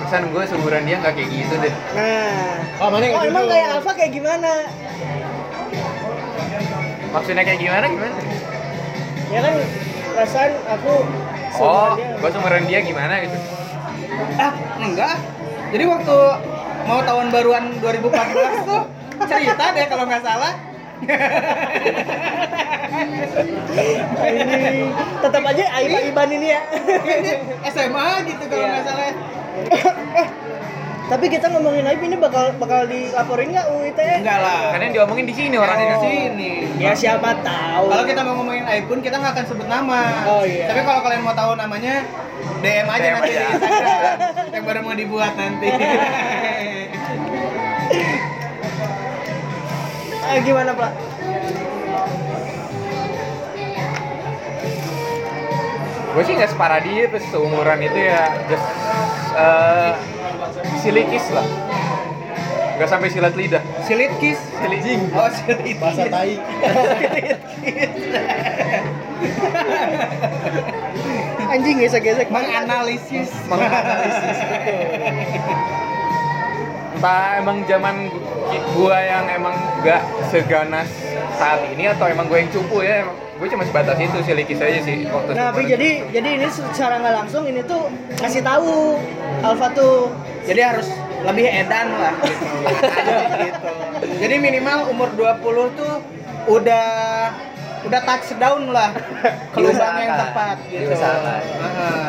[SPEAKER 4] pesan gue seumuran dia nggak kayak gitu deh
[SPEAKER 2] Nah.
[SPEAKER 3] Oh, mana yang
[SPEAKER 2] Oh,
[SPEAKER 3] dulu?
[SPEAKER 2] emang kayak Alfa kayak gimana?
[SPEAKER 4] maksudnya kayak gimana gimana
[SPEAKER 2] Ya kan perasaan aku
[SPEAKER 4] oh
[SPEAKER 2] seumuran dia.
[SPEAKER 4] gue seumuran dia gimana gitu
[SPEAKER 1] Ah, enggak. Jadi waktu mau tahun baruan 2014 tuh cerita deh kalau nggak salah
[SPEAKER 2] ini tetap aja Aiban Iban ini ya <laughs>
[SPEAKER 1] ini SMA gitu kalau
[SPEAKER 2] Iya.
[SPEAKER 1] nggak salah
[SPEAKER 2] tapi kita ngomongin Aib ini bakal bakal dilaporin nggak UIT
[SPEAKER 1] enggak lah Oh.
[SPEAKER 4] Karena yang diomongin di sini
[SPEAKER 1] orang di
[SPEAKER 4] orangnya.
[SPEAKER 1] sini
[SPEAKER 2] ya siapa tahu
[SPEAKER 1] kalau kita mau ngomongin iPhone kita nggak akan sebut nama
[SPEAKER 2] Oh, iya.
[SPEAKER 1] tapi kalau kalian mau tahu namanya DM aja
[SPEAKER 4] DM
[SPEAKER 1] nanti
[SPEAKER 4] aja.
[SPEAKER 1] di Instagram yang baru mau dibuat nanti
[SPEAKER 2] Eh, gimana pak
[SPEAKER 4] Gue sih nggak separah dia, terus seumuran itu ya just eh, silikis lah. Nggak sampai silat lidah.
[SPEAKER 1] silit kiss
[SPEAKER 4] Silik.
[SPEAKER 3] Jing,
[SPEAKER 1] oh silit kiss
[SPEAKER 3] bahasa tai.
[SPEAKER 2] anjing gesek-gesek
[SPEAKER 1] menganalisis
[SPEAKER 4] menganalisis entah emang zaman gu- gua yang emang gak seganas saat ini atau emang gua yang cupu ya emang gua cuma sebatas itu sih likis aja sih waktu
[SPEAKER 2] nah tapi
[SPEAKER 4] seumur hidup.
[SPEAKER 2] jadi jadi ini secara nggak langsung ini tuh ngasih tahu Alfa tuh
[SPEAKER 1] jadi harus lebih edan lah gitu. gitu. jadi minimal umur 20 tuh udah udah touchdown lah ke lubang yang
[SPEAKER 5] Diusahakan.
[SPEAKER 1] tepat gitu
[SPEAKER 5] Diusahakan.
[SPEAKER 1] Heeh.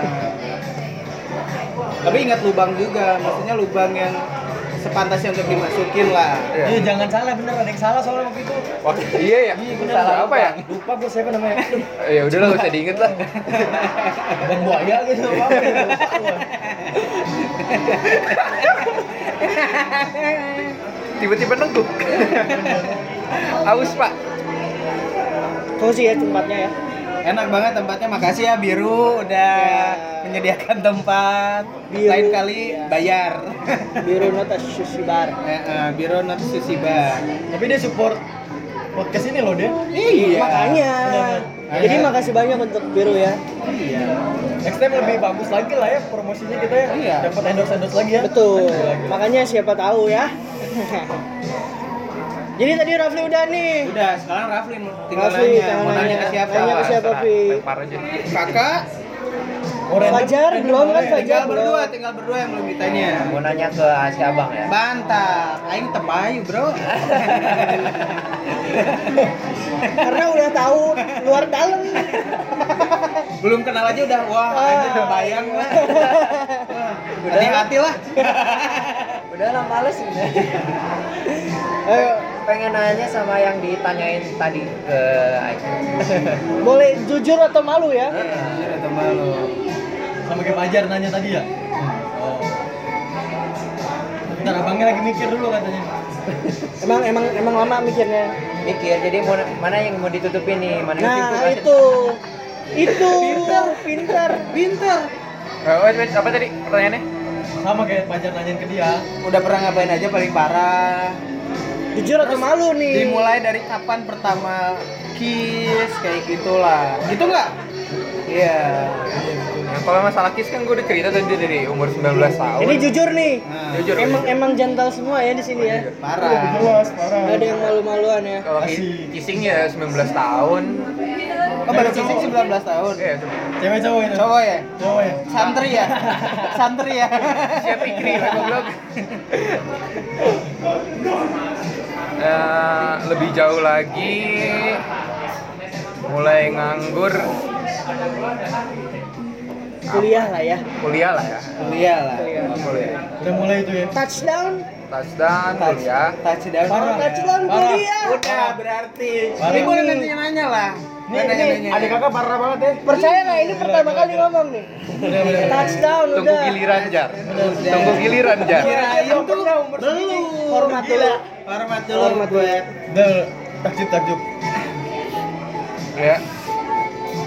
[SPEAKER 1] tapi ingat lubang juga maksudnya lubang yang sepantasnya untuk dimasukin lah
[SPEAKER 4] Iya.
[SPEAKER 3] Iya, jangan salah bener ada yang salah soalnya waktu itu.
[SPEAKER 4] Waktu- iya ya
[SPEAKER 3] Iya,
[SPEAKER 4] salah apa ya
[SPEAKER 3] Lupa gue siapa
[SPEAKER 2] <laughs>
[SPEAKER 3] namanya. Aduh,
[SPEAKER 4] Eh, ya udah lah gak usah diinget lah
[SPEAKER 3] Dan buaya gitu apa. gitu. Lupa gua.
[SPEAKER 4] tiba-tiba nenggup aus pak
[SPEAKER 2] kau sih ya tempatnya ya
[SPEAKER 1] enak banget tempatnya makasih ya biru udah
[SPEAKER 2] Iya.
[SPEAKER 1] menyediakan tempat
[SPEAKER 2] Biru.
[SPEAKER 1] lain kali bayar
[SPEAKER 2] biru nota sushi bar
[SPEAKER 1] Eh, eh, biru not sushi bar
[SPEAKER 3] Tapi dia support podcast ini loh dia.
[SPEAKER 1] iya
[SPEAKER 2] makanya
[SPEAKER 1] Benar.
[SPEAKER 2] jadi
[SPEAKER 1] Iya.
[SPEAKER 2] makasih banyak untuk biru ya
[SPEAKER 3] Next time lebih bagus lagi lah ya promosinya kita ya.
[SPEAKER 1] Iya.
[SPEAKER 3] Dapat endorse endorse lagi ya.
[SPEAKER 2] Betul. Makanya siapa tahu ya. <laughs> Jadi tadi Rafli udah nih.
[SPEAKER 1] Udah, sekarang Rafli tinggal
[SPEAKER 2] Rafli,
[SPEAKER 1] nanya,
[SPEAKER 2] tinggal
[SPEAKER 1] mau nanya
[SPEAKER 2] nanya.
[SPEAKER 1] ke siapa?
[SPEAKER 2] Tanya ke siapa, Pi?
[SPEAKER 4] Lempar aja
[SPEAKER 1] Kakak,
[SPEAKER 3] Orang
[SPEAKER 2] Fajar belum kan Fajar
[SPEAKER 1] tinggal
[SPEAKER 2] belum.
[SPEAKER 1] berdua, tinggal berdua yang belum ditanya.
[SPEAKER 5] Mau nanya ke si abang ya.
[SPEAKER 1] Bantah, aing tepayu, Bro.
[SPEAKER 2] Karena udah tahu luar dalam.
[SPEAKER 1] belum kenal aja udah wah,
[SPEAKER 2] Ah.
[SPEAKER 1] aing udah bayang lah. <laughs> Wah, Hati-hati lah.
[SPEAKER 5] Udah lah males ini.
[SPEAKER 2] Ayo,
[SPEAKER 5] Pengen nanya sama yang ditanyain tadi ke Aik.
[SPEAKER 2] boleh jujur atau malu ya?
[SPEAKER 1] Jujur atau malu?
[SPEAKER 3] sama kayak Fajar nanya tadi ya. Oh. Bentar abangnya lagi mikir dulu katanya.
[SPEAKER 2] Emang emang emang lama mikirnya.
[SPEAKER 5] Mikir, jadi mau, mana yang mau ditutupin nih? Mana yang
[SPEAKER 2] Nah,
[SPEAKER 5] ditutup?
[SPEAKER 2] itu. Itu
[SPEAKER 1] kan?
[SPEAKER 2] pintar.
[SPEAKER 1] Pinter.
[SPEAKER 4] Eh, wait, wait, apa tadi pertanyaannya?
[SPEAKER 3] Sama kayak Fajar nanyain ke dia.
[SPEAKER 1] Udah pernah ngapain aja paling parah.
[SPEAKER 2] Jujur atau malu
[SPEAKER 1] Iya.
[SPEAKER 2] nih?
[SPEAKER 1] Dimulai dari kapan pertama kiss kayak gitulah. Gitu nggak? Iya.
[SPEAKER 4] Yang kalau masalah kiss kan gue udah cerita tadi dari umur 19 tahun.
[SPEAKER 2] Ini jujur nih.
[SPEAKER 1] Nah,
[SPEAKER 4] Jujur.
[SPEAKER 2] Emang emang jantal semua ya di sini ya.
[SPEAKER 1] Iya. parah.
[SPEAKER 3] Jelas
[SPEAKER 2] Gak
[SPEAKER 3] parah.
[SPEAKER 2] ada yang malu-maluan ya.
[SPEAKER 4] Kalau
[SPEAKER 3] Asik.
[SPEAKER 4] ki- kissing ya 19 tahun. Iya,
[SPEAKER 1] Oh, baru kissing 19 tahun.
[SPEAKER 4] Oke, itu-
[SPEAKER 3] Cewek cowok itu.
[SPEAKER 1] Cowok ya?
[SPEAKER 3] Cowok ya.
[SPEAKER 1] Santri <laughs> ya? Santri ya?
[SPEAKER 4] siap pikri lah goblok. Eh, lebih jauh lagi mulai nganggur
[SPEAKER 2] Kuliah lah ya.
[SPEAKER 4] kuliah lah ya.
[SPEAKER 1] Kuliah lah.
[SPEAKER 4] Kuliah.
[SPEAKER 3] Udah mulai itu ya.
[SPEAKER 2] Touchdown.
[SPEAKER 4] Touchdown kuliah.
[SPEAKER 1] Touchdown.
[SPEAKER 3] Parah.
[SPEAKER 2] Touchdown ya.
[SPEAKER 3] Parah.
[SPEAKER 2] kuliah.
[SPEAKER 1] Udah berarti.
[SPEAKER 3] Parah.
[SPEAKER 1] Ini boleh nanti nanya lah.
[SPEAKER 3] Nih, nih, ada kakak parah banget ya.
[SPEAKER 2] Percaya nggak ini pertama kali ngomong nih. Touchdown
[SPEAKER 4] Tunggu
[SPEAKER 2] udah.
[SPEAKER 4] giliran jar. Tunggu giliran jar.
[SPEAKER 1] Kirain tuh belum.
[SPEAKER 2] Hormat dulu.
[SPEAKER 1] Gila. Hormat dulu.
[SPEAKER 2] Hormat dulu.
[SPEAKER 1] buat-
[SPEAKER 3] Udah takjub takjub.
[SPEAKER 4] Ya.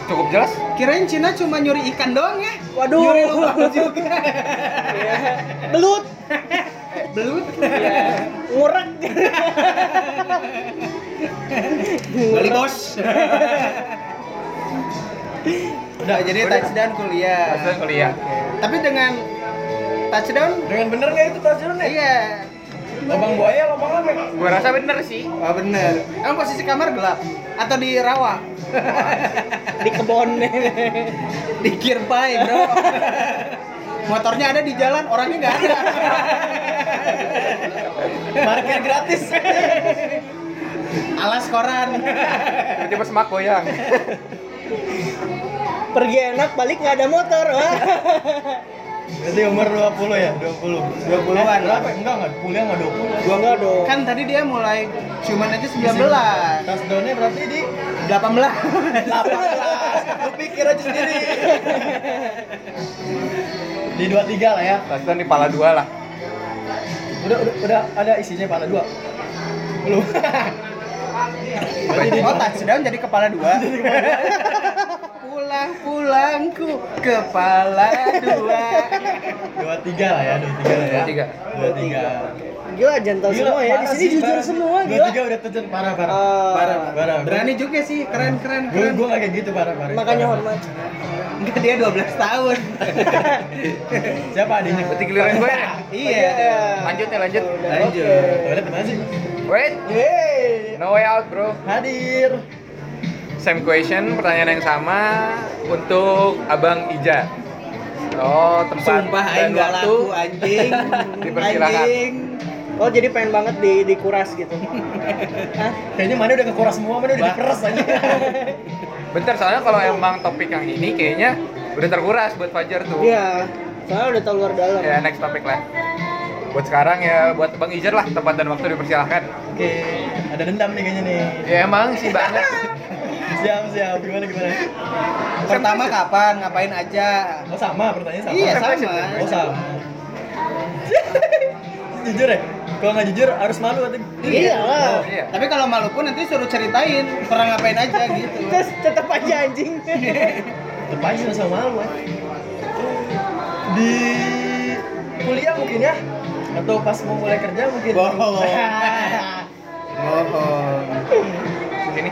[SPEAKER 4] Cukup jelas?
[SPEAKER 1] Kirain Cina cuma nyuri ikan doang ya?
[SPEAKER 2] Waduh.
[SPEAKER 1] Nyuri lubang juga.
[SPEAKER 2] Iya. Belut.
[SPEAKER 1] Belut.
[SPEAKER 2] Iya. Ngurek.
[SPEAKER 1] Beli bos. Udah, jadi
[SPEAKER 4] Udah.
[SPEAKER 1] touchdown kuliah.
[SPEAKER 4] Touchdown kuliah.
[SPEAKER 1] Tapi dengan touchdown
[SPEAKER 3] Dengan bener nggak itu touchdown ya?
[SPEAKER 1] Iya.
[SPEAKER 3] Abang buaya, abang lame.
[SPEAKER 4] Gue rasa bener sih.
[SPEAKER 1] Oh bener. Emang posisi kamar gelap atau di rawa?
[SPEAKER 2] <laughs> Di kebon. <laughs>
[SPEAKER 1] Di gear bike, bro. Motornya ada di jalan, orangnya nggak ada. Market gratis. Alas koran.
[SPEAKER 4] Tiba-tiba semak goyang.
[SPEAKER 2] Pergi enak, balik nggak ada motor. Wah.
[SPEAKER 3] Berarti umur 20 ya? 20
[SPEAKER 1] 20-an lah.
[SPEAKER 3] Berapa? Enggak, enggak, kuliah enggak 20
[SPEAKER 2] Gua enggak dong.
[SPEAKER 1] Kan tadi dia mulai cuman aja 19.
[SPEAKER 3] Touchdown downnya berarti di
[SPEAKER 1] 18.
[SPEAKER 3] 18 Lu pikir aja sendiri <laughs> Di 23 lah ya
[SPEAKER 4] Pastikan di pala dua lah.
[SPEAKER 3] Udah, udah, udah ada isinya pala dua Belum <laughs>
[SPEAKER 1] Jadi oh touchdown jadi kepala dua. pulang pulangku kepala dua.
[SPEAKER 3] 23 lah ya, 23 lah ya 23
[SPEAKER 4] 23.
[SPEAKER 2] Gila gentle semua ya. Di
[SPEAKER 3] parah
[SPEAKER 2] sini
[SPEAKER 3] sih,
[SPEAKER 2] jujur
[SPEAKER 3] parah.
[SPEAKER 2] semua gila.
[SPEAKER 3] 23 udah terjun, parah, parah
[SPEAKER 2] Ah.
[SPEAKER 3] Parah, parah
[SPEAKER 1] Berani juga sih, keren keren
[SPEAKER 3] Gue
[SPEAKER 1] keren.
[SPEAKER 3] gue kayak gitu, parah, parah
[SPEAKER 2] Makanya
[SPEAKER 3] Parah.
[SPEAKER 2] hormat.
[SPEAKER 1] Enggak dia 12 tahun.
[SPEAKER 3] Siapa adiknya?
[SPEAKER 4] Berarti giliran gue ya.
[SPEAKER 1] iya.
[SPEAKER 4] Lanjut ya lanjut.
[SPEAKER 1] Lanjut.
[SPEAKER 3] Toilet mana sih?
[SPEAKER 4] Wait,
[SPEAKER 2] Yeay.
[SPEAKER 4] no way out bro.
[SPEAKER 3] Hadir
[SPEAKER 4] Same question, pertanyaan yang sama untuk Abang Ija. Oh, tempat
[SPEAKER 1] Sumpah aing enggak laku
[SPEAKER 2] <laughs>
[SPEAKER 1] anjing.
[SPEAKER 4] Dipersilakan.
[SPEAKER 1] Anjing.
[SPEAKER 2] Oh jadi pengen banget di dikuras <laughs> gitu. Hah?
[SPEAKER 3] Kayaknya mana udah kekuras semua, mana udah diperes aja
[SPEAKER 4] Bentar, soalnya kalau emang topik yang ini kayaknya udah terkuras buat Fajar tuh.
[SPEAKER 2] Iya. Soalnya udah tau luar dalam.
[SPEAKER 4] Ya, next topik lah. Buat sekarang ya, buat Bang Ijar lah, tempat dan waktu dipersilahkan.
[SPEAKER 3] Oke, ada dendam nih kayaknya nih
[SPEAKER 4] Ya emang
[SPEAKER 1] <laughs>
[SPEAKER 4] sih banget.
[SPEAKER 3] Siap, siap, gimana, gimana?
[SPEAKER 1] Pertama kapan? Ngapain aja?
[SPEAKER 3] Oh sama, pertanyaan sama
[SPEAKER 1] Iya
[SPEAKER 4] Sampai
[SPEAKER 1] sama.
[SPEAKER 3] Oh sama <laughs> Jujur ya? Kalau nggak jujur harus malu Oh, atau
[SPEAKER 1] Iya lah.
[SPEAKER 4] Iya.
[SPEAKER 1] Tapi kalau malu pun nanti suruh ceritain pernah ngapain aja gitu.
[SPEAKER 2] Terus tetap aja anjing.
[SPEAKER 3] Tetep aja nggak usah malu ya. Di kuliah mungkin ya? Atau pas mau mulai kerja mungkin?
[SPEAKER 1] Bohong.
[SPEAKER 4] Bohong. Sini.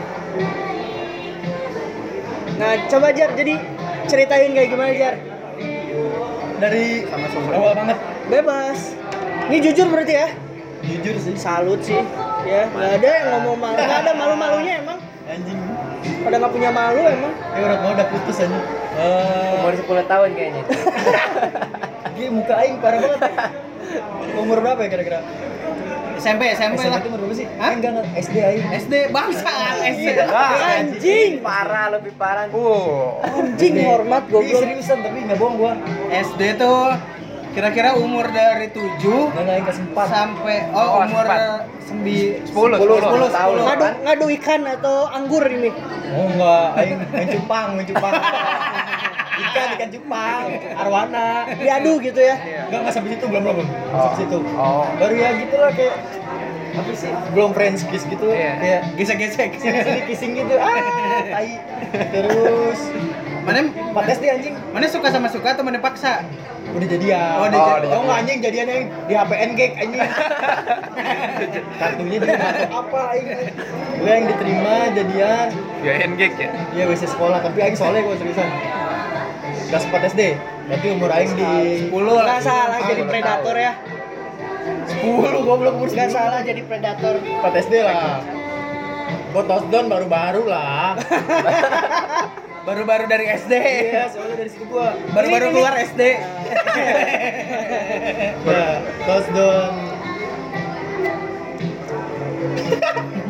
[SPEAKER 2] nah coba Jar jadi ceritain kayak gimana Jar.
[SPEAKER 3] <laughs> Dari awal banget
[SPEAKER 2] Bebas. Ini jujur berarti ya.
[SPEAKER 3] Jujur sih
[SPEAKER 2] Salut sih. Ya nggak ada yang ngomong malu. Nggak ada malu-malunya emang.
[SPEAKER 3] Anjing
[SPEAKER 2] Pada nggak punya malu emang.
[SPEAKER 3] Ya orang mau udah putus aja
[SPEAKER 5] Umur 10 tahun kayaknya.
[SPEAKER 3] Gini muka aing parah <laughs> banget Umur berapa ya kira-kira?
[SPEAKER 1] SMP SMP
[SPEAKER 3] SMP
[SPEAKER 1] lah.
[SPEAKER 3] itu umur berapa sih?
[SPEAKER 1] Hah?
[SPEAKER 3] Eh, Enggak, enggak, SD aing
[SPEAKER 1] SD <laughs> bangsaan SD.
[SPEAKER 2] Anjing.
[SPEAKER 5] parah, lebih parah.
[SPEAKER 4] Uh,
[SPEAKER 2] Anjing hormat
[SPEAKER 3] Ih,
[SPEAKER 2] goblok.
[SPEAKER 3] seriusan tapi nggak bohong gua
[SPEAKER 1] SD tuh kira-kira umur dari 7
[SPEAKER 3] Nggak, nggak, aing kelas empat
[SPEAKER 1] sampai oh,
[SPEAKER 4] Oh,
[SPEAKER 1] umur
[SPEAKER 4] sempat.
[SPEAKER 1] 9
[SPEAKER 4] Sepuluh, sepuluh.
[SPEAKER 1] 10
[SPEAKER 5] Tahun.
[SPEAKER 2] Ngadu ngadu ikan atau anggur ini.
[SPEAKER 3] Oh enggak, <laughs> aing aing cupang, aing cupang. Ikan, ikan <laughs> cupang, arwana.
[SPEAKER 2] Diadu gitu ya.
[SPEAKER 3] Iya. Enggak, enggak sampai situ belum belum. belum. Nggak Sampai situ.
[SPEAKER 4] Oh.
[SPEAKER 3] Baru ya gitu lah kayak apa sih? Belum friends kiss gitu.
[SPEAKER 4] Iya.
[SPEAKER 3] Kayak <laughs>
[SPEAKER 1] Gesek-gesek.
[SPEAKER 3] sini kissing gitu. Ah, <laughs> tai. Terus
[SPEAKER 1] Mana
[SPEAKER 3] Pak SD anjing
[SPEAKER 1] mana suka sama suka atau mana paksa?
[SPEAKER 3] udah jadian.
[SPEAKER 1] Oh, udah
[SPEAKER 3] oh,
[SPEAKER 4] jadian.
[SPEAKER 3] enggak anjing jadian aing di HPN cake anjing. Kartunya diterima atau apa aing. Gue yang diterima jadian.
[SPEAKER 4] ya handgag ya.
[SPEAKER 3] Iya WC sekolah, tapi aing soleh gua seriusan. Kelas 4 SD. Berarti umur aing di
[SPEAKER 1] 10 lah.
[SPEAKER 2] Nggak salah jadi predator ya.
[SPEAKER 3] 10 goblok umur
[SPEAKER 2] Nggak
[SPEAKER 3] 10.
[SPEAKER 2] salah jadi predator.
[SPEAKER 3] 4 SD lah. Gua touchdown baru-baru lah.
[SPEAKER 1] Baru-baru dari SD.
[SPEAKER 3] Iya, soalnya dari situ gua.
[SPEAKER 1] Baru-baru keluar SD.
[SPEAKER 3] Ya, touchdown.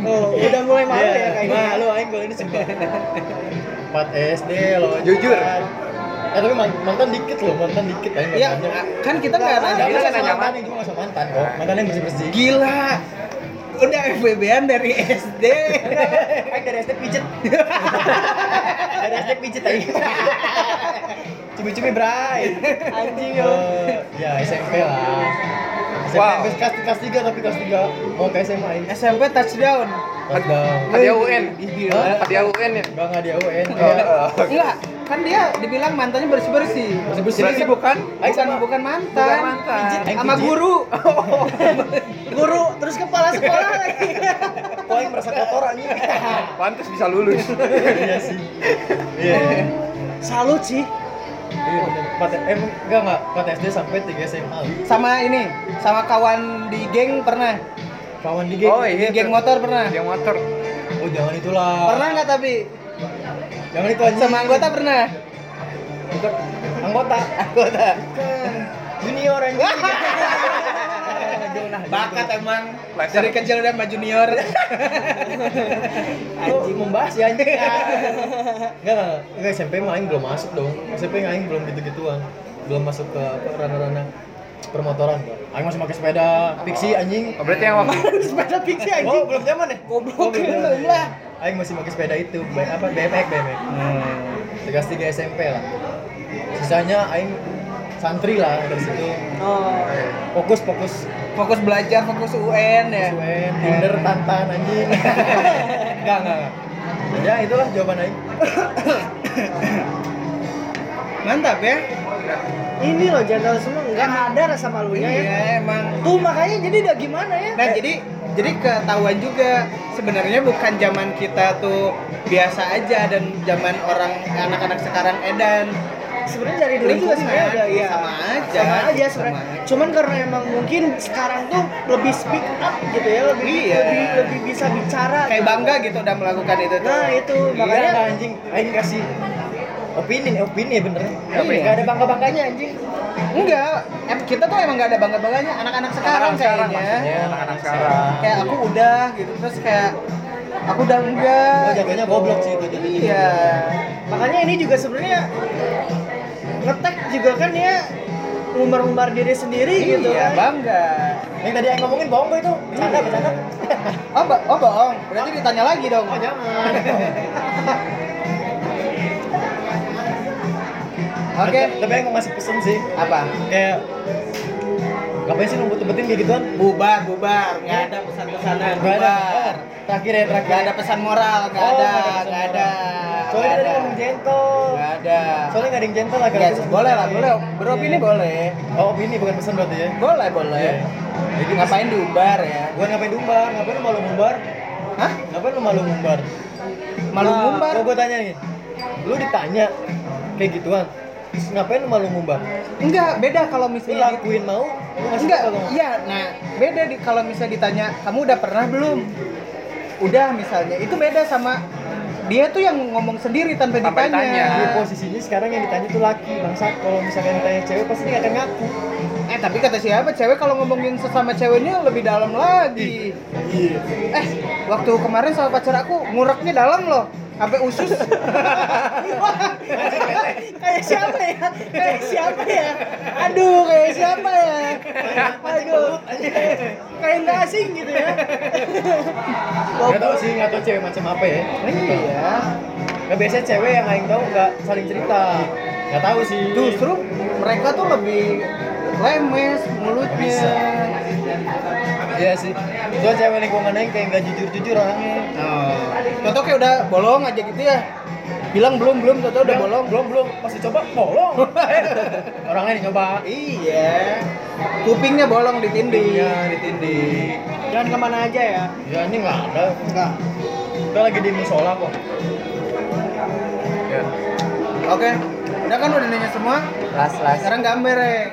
[SPEAKER 2] Oh, udah mulai malu ya kayaknya.
[SPEAKER 3] Iya, Malu aing gua ini sumpah. 4 SD loh.
[SPEAKER 4] Jujur.
[SPEAKER 3] Eh tapi man- mantan dikit loh, mantan dikit aing nggak
[SPEAKER 1] Ya
[SPEAKER 3] banyak.
[SPEAKER 1] kan kita nggak nanya.
[SPEAKER 3] Jangan
[SPEAKER 4] kita
[SPEAKER 3] nggak nyaman
[SPEAKER 4] nggak nyaman.
[SPEAKER 3] nih, gua nggak usah mantan kok. Mantan yang bersih-bersih.
[SPEAKER 1] Gila. Udah FBB-an dari SD.
[SPEAKER 3] Aing dari SD pijet. dari SD pijet aing. Cumi-cumi bray.
[SPEAKER 2] Anjing yo.
[SPEAKER 3] Eh, ya SMP lah. SMP
[SPEAKER 4] Wow.
[SPEAKER 3] sampai kelas kelas 3 tapi kelas 3 mau ke SMA ini.
[SPEAKER 1] SMP touchdown.
[SPEAKER 3] Touchdown.
[SPEAKER 4] Hadiah UN.
[SPEAKER 1] Iya.
[SPEAKER 3] Hah?
[SPEAKER 4] Hadiah UN ya.
[SPEAKER 3] Enggak enggak dia UN.
[SPEAKER 1] Enggak, kan dia dibilang mantannya bersih-bersih.
[SPEAKER 3] Bersih-bersih
[SPEAKER 4] Berarti bukan
[SPEAKER 1] Bukan
[SPEAKER 3] Aing sama
[SPEAKER 1] bukan
[SPEAKER 4] bukan
[SPEAKER 1] mantan.
[SPEAKER 4] mantan.
[SPEAKER 3] Aing
[SPEAKER 1] Sama
[SPEAKER 3] pijit.
[SPEAKER 1] guru.
[SPEAKER 2] Guru terus kepala sekolah lagi.
[SPEAKER 3] Kok aing merasa kotor anjing.
[SPEAKER 4] Pantes bisa
[SPEAKER 1] <laughs>
[SPEAKER 4] lulus.
[SPEAKER 3] Iya sih. Iya. iya.
[SPEAKER 2] Salut sih.
[SPEAKER 3] Iya bener. Empat- Eh enggak enggak 4 SD sampai 3 SMA.
[SPEAKER 1] Sama ini, sama kawan di geng pernah.
[SPEAKER 3] Kawan di geng.
[SPEAKER 4] Oh iya.
[SPEAKER 1] Di geng motor pernah.
[SPEAKER 4] Yang motor.
[SPEAKER 3] Oh jangan itulah.
[SPEAKER 1] Pernah nggak tapi?
[SPEAKER 3] Jangan itu anjing.
[SPEAKER 1] Sama anggota pernah?
[SPEAKER 3] Bukan. Anggota.
[SPEAKER 1] Anggota.
[SPEAKER 3] Junior anjing.
[SPEAKER 4] Nah, gitu.
[SPEAKER 1] bakat emang
[SPEAKER 4] Laser.
[SPEAKER 1] dari kecil udah sama junior
[SPEAKER 3] Anjing membahas ya <laughs> anjing. Enggak, enggak, enggak SMP mah aing belum masuk dong. SMP aing belum gitu-gituan. Belum masuk ke apa, ranah-ranah permotoran. Aing masih pakai sepeda fiksi anjing.
[SPEAKER 4] Oh, berarti yang waktu
[SPEAKER 1] sepeda fiksi
[SPEAKER 3] Oh,
[SPEAKER 1] anjing
[SPEAKER 3] belum zaman ya?
[SPEAKER 1] goblok belum lah
[SPEAKER 3] Aing masih pakai sepeda itu, B- apa BMX, BMX. Kelas 3 SMP lah. Sisanya aing santri lah dari situ.
[SPEAKER 2] Oh,
[SPEAKER 3] Fokus fokus
[SPEAKER 1] fokus belajar fokus UN ya
[SPEAKER 3] UN, Tinder, Tantan anjing. Enggak, enggak. enggak. Ya itulah jawaban aing.
[SPEAKER 1] mantap ya
[SPEAKER 2] ini loh general semua nggak ada rasa malunya ya.
[SPEAKER 1] iya emang
[SPEAKER 2] Tuh makanya jadi udah gimana ya?
[SPEAKER 1] Nah jadi jadi ketahuan juga sebenarnya bukan zaman kita tuh biasa aja dan zaman orang anak-anak sekarang edan
[SPEAKER 2] sebenarnya dari dulu juga
[SPEAKER 1] Lingkungan,
[SPEAKER 2] sebenarnya udah ya
[SPEAKER 1] sama aja. gitu,
[SPEAKER 2] sama aja sebenarnya
[SPEAKER 1] Sama aja.
[SPEAKER 2] cuman karena emang mungkin sekarang tuh lebih speak up gitu ya lebih
[SPEAKER 1] Iya.
[SPEAKER 2] lebih, lebih bisa bicara
[SPEAKER 1] kayak Iya, kan? bangga gitu udah melakukan itu tuh.
[SPEAKER 2] nah itu
[SPEAKER 3] Makanya
[SPEAKER 2] makanya
[SPEAKER 3] Iya, anjing, aing kasih opini, eh, opini bener.
[SPEAKER 1] Iya.
[SPEAKER 3] Enggak ada bangga-bangganya anjing.
[SPEAKER 1] Enggak, em- kita tuh emang gak ada bangga-bangganya anak-anak sekarang
[SPEAKER 4] sekarang
[SPEAKER 1] kayaknya.
[SPEAKER 4] maksudnya anak-anak sekarang.
[SPEAKER 1] Kayak aku udah gitu terus kayak aku udah enggak.
[SPEAKER 3] Oh, jatuhnya
[SPEAKER 1] gitu.
[SPEAKER 3] goblok sih itu, jatuhnya
[SPEAKER 1] Iya.
[SPEAKER 2] makanya ini juga sebenarnya ngetek juga kan ya ngumbar-ngumbar diri sendiri gitu
[SPEAKER 1] Iya,
[SPEAKER 2] kan
[SPEAKER 1] bangga.
[SPEAKER 3] Yang tadi aing ngomongin bohong gua itu. Bercanda, bercanda.
[SPEAKER 1] Oh, ba- oh bohong. Berarti ditanya lagi dong.
[SPEAKER 3] Oh, jangan.
[SPEAKER 1] Oke.
[SPEAKER 3] Tapi aing mau ngasih pesen sih.
[SPEAKER 1] Apa?
[SPEAKER 3] Kayak ngapain sih ngumpet-ngumpetin kayak gituan?
[SPEAKER 1] Bubar, bubar. Nggak ada pesan-pesanan.
[SPEAKER 3] Nggak ada.
[SPEAKER 1] Bubar.
[SPEAKER 3] Oh, Terakhir ya, terakhir.
[SPEAKER 1] Gak ada pesan moral, gak
[SPEAKER 3] Oh,
[SPEAKER 1] ada,
[SPEAKER 3] nggak ada pesan
[SPEAKER 1] gak ada. nggak
[SPEAKER 3] Soalnya tadi
[SPEAKER 1] ada.
[SPEAKER 3] ngomong gentle.
[SPEAKER 1] Nggak ada.
[SPEAKER 3] Soalnya nggak ada yang gentle lah
[SPEAKER 1] Nggak,
[SPEAKER 3] gratis.
[SPEAKER 1] boleh lah, boleh. Beropini
[SPEAKER 3] Iya.
[SPEAKER 1] boleh.
[SPEAKER 3] Oh, opini bukan pesan berarti ya.
[SPEAKER 1] Boleh, boleh.
[SPEAKER 3] Iya.
[SPEAKER 1] Jadi ngapain diubar ya?
[SPEAKER 3] Gua ngapain umbar? Ngapain lu malu ngumbar?
[SPEAKER 1] Hah?
[SPEAKER 3] Ngapain lu malu ngumbar?
[SPEAKER 1] Malu
[SPEAKER 3] Nah,
[SPEAKER 1] ngumbar?
[SPEAKER 3] Gua gua tanya nih. Lu ditanya kayak gituan. Terus ngapain lu malu ngumbar?
[SPEAKER 1] Enggak, beda kalau
[SPEAKER 3] Lu
[SPEAKER 1] misalnya di-
[SPEAKER 3] lakuin mau, lu ngasih
[SPEAKER 1] Enggak,
[SPEAKER 3] tau lu.
[SPEAKER 1] iya. Nah, beda di kalau misalnya ditanya, kamu udah pernah belum? Udah misalnya, itu beda sama dia tuh yang ngomong sendiri tanpa,
[SPEAKER 4] Tanpa ditanya.
[SPEAKER 3] Di
[SPEAKER 1] ditanya.
[SPEAKER 3] posisinya sekarang yang ditanya tuh laki, bangsat. Kalau misalkan ditanya cewek pasti dia akan ngaku.
[SPEAKER 1] Eh, tapi kata siapa? Cewek kalau ngomongin sesama ceweknya lebih dalam lagi.
[SPEAKER 3] Iya.
[SPEAKER 1] Eh, waktu kemarin sama pacar aku nguraknya dalam loh, sampai usus.
[SPEAKER 2] <laughs> kayak siapa ya kayak siapa ya aduh kayak siapa ya aduh kayak nggak asing gitu ya
[SPEAKER 3] Gak tau sih, gak tau cewek macam apa ya.
[SPEAKER 1] iya.
[SPEAKER 3] Gak biasanya cewek yang aing tahu nggak saling cerita. Gak tahu sih.
[SPEAKER 1] Justru mereka tuh lebih lemes mulutnya.
[SPEAKER 3] Bisa. Iya sih. Soalnya cewek lingkungan aing kayak nggak jujur-jujur orangnya.
[SPEAKER 1] Oh. Toto kayak udah bolong aja gitu ya. Bilang belum belum Toto udah
[SPEAKER 3] Yang
[SPEAKER 1] bolong.
[SPEAKER 3] Belum, belum. Pas dicoba, <laughs> bolong. orangnya dicoba.
[SPEAKER 1] Iya. Kupingnya bolong ditindih.
[SPEAKER 3] Iya, ditindih.
[SPEAKER 2] jangan kemana aja ya
[SPEAKER 3] Ya ini nggak ada.
[SPEAKER 2] enggak
[SPEAKER 3] Kita lagi di musola kok.
[SPEAKER 4] Ya.
[SPEAKER 1] Oke. Udah kan udah nanya semua.
[SPEAKER 5] Las las.
[SPEAKER 1] Sekarang gambar ya.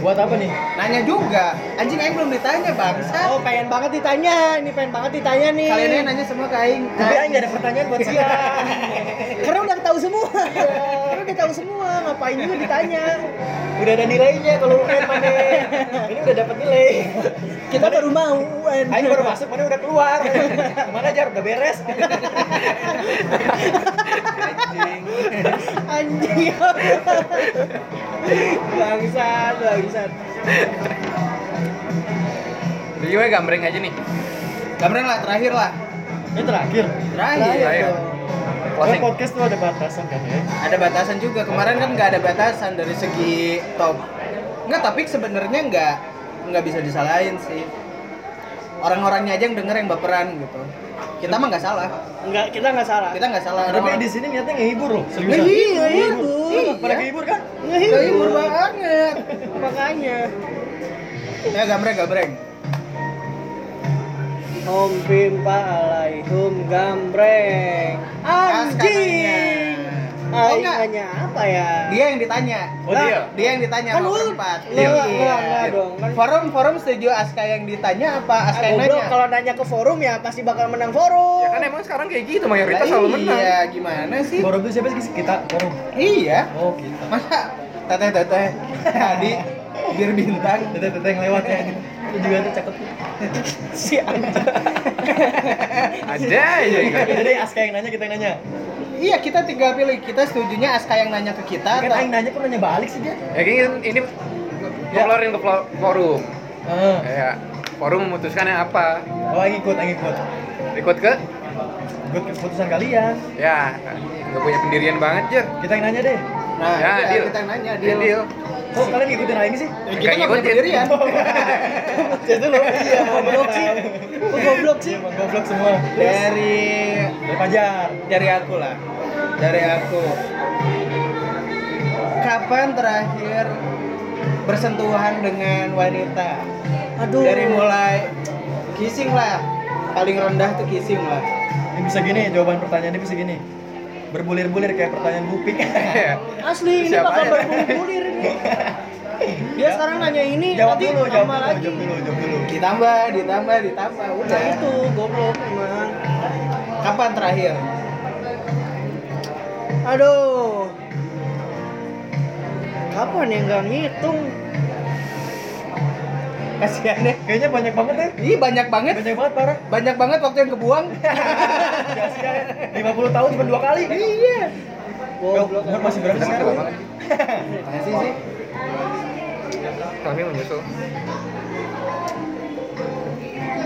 [SPEAKER 3] Buat apa nih?
[SPEAKER 1] Nanya juga. Anjing aing belum ditanya, Bangsa.
[SPEAKER 2] oh pengen banget ditanya ini pengen banget ditanya nih
[SPEAKER 1] Kalian ini nanya semua ke aing.
[SPEAKER 3] Tapi aing nggak ada pertanyaan buat dia.
[SPEAKER 2] Karena udah tahu semua. Karena udah tahu semua, ngapain juga ditanya.
[SPEAKER 3] udah ada nilainya kalau UN mana. Ini udah dapat nilai.
[SPEAKER 2] Kita baru mau UN.
[SPEAKER 3] Aing baru masuk, mana udah keluar. Mana jar udah beres.
[SPEAKER 2] Anjing. bangsat, bangsat.
[SPEAKER 4] Jadi gue gambreng aja nih.
[SPEAKER 1] Gambreng lah terakhir lah.
[SPEAKER 3] Ini terakhir.
[SPEAKER 1] Terakhir.
[SPEAKER 4] Terakhir.
[SPEAKER 3] Soalnya
[SPEAKER 4] Closing.
[SPEAKER 3] podcast tuh ada batasan kan ya.
[SPEAKER 1] Ada batasan juga. Kemarin kan nggak ada batasan dari segi top. Nggak, tapi sebenarnya nggak nggak bisa disalahin sih. Orang-orangnya aja yang denger yang baperan gitu. Kita mah nggak salah.
[SPEAKER 2] Enggak, kita nggak salah.
[SPEAKER 1] Kita nggak salah.
[SPEAKER 3] Tapi di sini niatnya ngehibur loh. Seriusan.
[SPEAKER 2] Ngehibur,
[SPEAKER 1] iya.
[SPEAKER 3] Pada ngehibur kan?
[SPEAKER 1] Kehibur banget.
[SPEAKER 2] Makanya.
[SPEAKER 1] iya. Ya gambreng gambreng.
[SPEAKER 2] Om Pimpa alaihum gambreng.
[SPEAKER 1] Kas katanya.
[SPEAKER 2] Anjing.
[SPEAKER 1] Oh
[SPEAKER 2] Aing
[SPEAKER 1] enggak,
[SPEAKER 2] nanya apa ya?
[SPEAKER 1] dia yang ditanya.
[SPEAKER 4] Oh
[SPEAKER 3] Nah. iya.
[SPEAKER 4] dia.
[SPEAKER 1] Dia yang ditanya
[SPEAKER 2] Kan
[SPEAKER 1] sama
[SPEAKER 2] lu-
[SPEAKER 1] perempat.
[SPEAKER 2] lu- lu- lu- enggak dong, kan-
[SPEAKER 1] Forum forum setuju Aska yang ditanya apa Aska
[SPEAKER 2] Ah,
[SPEAKER 1] yang
[SPEAKER 2] goblok
[SPEAKER 1] nanya?
[SPEAKER 2] kalau nanya ke forum ya pasti bakal menang forum.
[SPEAKER 4] Ya kan emang sekarang kayak gitu mayoritas
[SPEAKER 1] Lah
[SPEAKER 4] selalu menang.
[SPEAKER 1] Iya, gimana sih?
[SPEAKER 3] Forum itu siapa sih kita? Forum.
[SPEAKER 1] Iya.
[SPEAKER 3] Oh kita.
[SPEAKER 1] <laughs> Masa teteh teteh tadi bir bintang
[SPEAKER 3] teteh-teteh yang lewat ya gitu itu juga tuh cakep
[SPEAKER 2] si
[SPEAKER 4] Ada
[SPEAKER 3] Iya,
[SPEAKER 4] aja gitu. yang nggak-
[SPEAKER 3] <laughs> jadi Aska yang nanya kita yang nanya
[SPEAKER 1] iya kita tinggal pilih kita setujunya Aska yang nanya ke kita
[SPEAKER 3] kan
[SPEAKER 1] atau-
[SPEAKER 3] Aing nanya kok nanya balik sih dia
[SPEAKER 4] Ya kayaknya ini
[SPEAKER 1] Ya.
[SPEAKER 4] ngeluarin ke plo- forum.
[SPEAKER 3] Ah.
[SPEAKER 4] Ya, forum memutuskan yang apa?
[SPEAKER 3] oh Aing ikut Aing ikut
[SPEAKER 4] Ikut ke?
[SPEAKER 3] ikut keputusan kalian
[SPEAKER 4] Ya, nggak punya pendirian banget, Jer.
[SPEAKER 3] kita yang nanya deh
[SPEAKER 1] nah
[SPEAKER 4] Ya,
[SPEAKER 1] kita,
[SPEAKER 4] deal.
[SPEAKER 1] kita yang nanya
[SPEAKER 4] Ya,
[SPEAKER 1] deal,
[SPEAKER 4] deal.
[SPEAKER 3] kok kalian ngikutin Aing sih
[SPEAKER 1] Ya, kita nggak punya
[SPEAKER 4] Ngikutin.
[SPEAKER 1] pendirian
[SPEAKER 3] jadi lu iya
[SPEAKER 2] goblok sih Kok goblok sih
[SPEAKER 3] Iya, emang goblok semua
[SPEAKER 1] dari
[SPEAKER 3] dari Fajar
[SPEAKER 1] dari aku lah dari aku kapan terakhir bersentuhan dengan wanita
[SPEAKER 2] aduh
[SPEAKER 1] kan? dari mulai kissing lah paling rendah tuh kissing lah
[SPEAKER 3] Ini bisa gini, jawaban pertanyaannya bisa gini. Berbulir-bulir kayak pertanyaan kuping.
[SPEAKER 4] Iya.
[SPEAKER 2] asli ini
[SPEAKER 4] Siapa
[SPEAKER 2] bakal
[SPEAKER 4] aja?
[SPEAKER 2] berbulir ini dia sekarang nanya ini
[SPEAKER 3] <laughs> jawab
[SPEAKER 2] nanti
[SPEAKER 3] dulu, jawab
[SPEAKER 2] nambah lagi
[SPEAKER 3] dulu, jawab dulu, jawab dulu.
[SPEAKER 1] ditambah ditambah ditambah
[SPEAKER 2] nah
[SPEAKER 1] udah
[SPEAKER 2] itu goblok emang
[SPEAKER 1] kapan terakhir
[SPEAKER 2] aduh kapan ya nggak ngitung
[SPEAKER 1] kasihan deh
[SPEAKER 3] Kayaknya banyak banget ya.
[SPEAKER 1] Ih banyak banget,
[SPEAKER 3] Banyak banget parah.
[SPEAKER 1] banyak banget waktu yang kebuang.
[SPEAKER 3] Sia-sia ya. 50 tahun cuma dua kali.
[SPEAKER 1] iya.
[SPEAKER 3] Goblok, umur masih berapa
[SPEAKER 4] Kita
[SPEAKER 3] sekarang?
[SPEAKER 4] coba banget.
[SPEAKER 1] Masih sih.
[SPEAKER 4] Kami menyusul.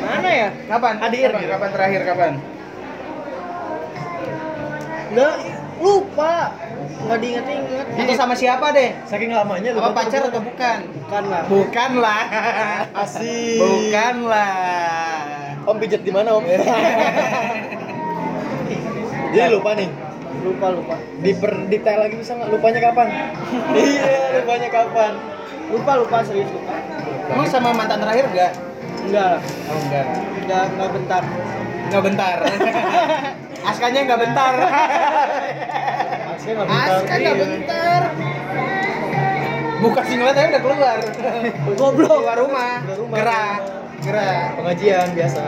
[SPEAKER 2] mana ya
[SPEAKER 1] Kapan?
[SPEAKER 3] Hadir,
[SPEAKER 1] Kapan,
[SPEAKER 3] gitu.
[SPEAKER 1] kapan terakhir kapan?
[SPEAKER 2] nggak lupa nggak diinget-inget
[SPEAKER 1] Atau sama siapa deh?
[SPEAKER 3] Saking lamanya lu
[SPEAKER 1] Apa
[SPEAKER 3] baru-
[SPEAKER 1] pacar atau bukan?
[SPEAKER 2] bukan lah
[SPEAKER 1] Bukan lah.
[SPEAKER 3] Asik.
[SPEAKER 1] Bukan lah.
[SPEAKER 3] Om pijat di mana, <laughs> Om? Jadi lupa nih.
[SPEAKER 2] lupa lupa
[SPEAKER 3] Diper detail lagi bisa nggak? Lupanya kapan? iya, lupanya kapan?
[SPEAKER 2] lupa lupa serius lupa
[SPEAKER 1] Lu sama mantan terakhir enggak?
[SPEAKER 2] enggak lah
[SPEAKER 1] Oh enggak.
[SPEAKER 2] enggak enggak bentar
[SPEAKER 1] Enggak bentar.
[SPEAKER 3] <laughs>
[SPEAKER 1] Askanya enggak bentar.
[SPEAKER 3] Aska nggak Iya. bentar.
[SPEAKER 1] Aska enggak bentar. Buka singlet aja udah keluar.
[SPEAKER 2] Goblok.
[SPEAKER 1] Keluar rumah.
[SPEAKER 3] Keluar rumah.
[SPEAKER 1] Gerak. Gerak.
[SPEAKER 3] Pengajian biasa.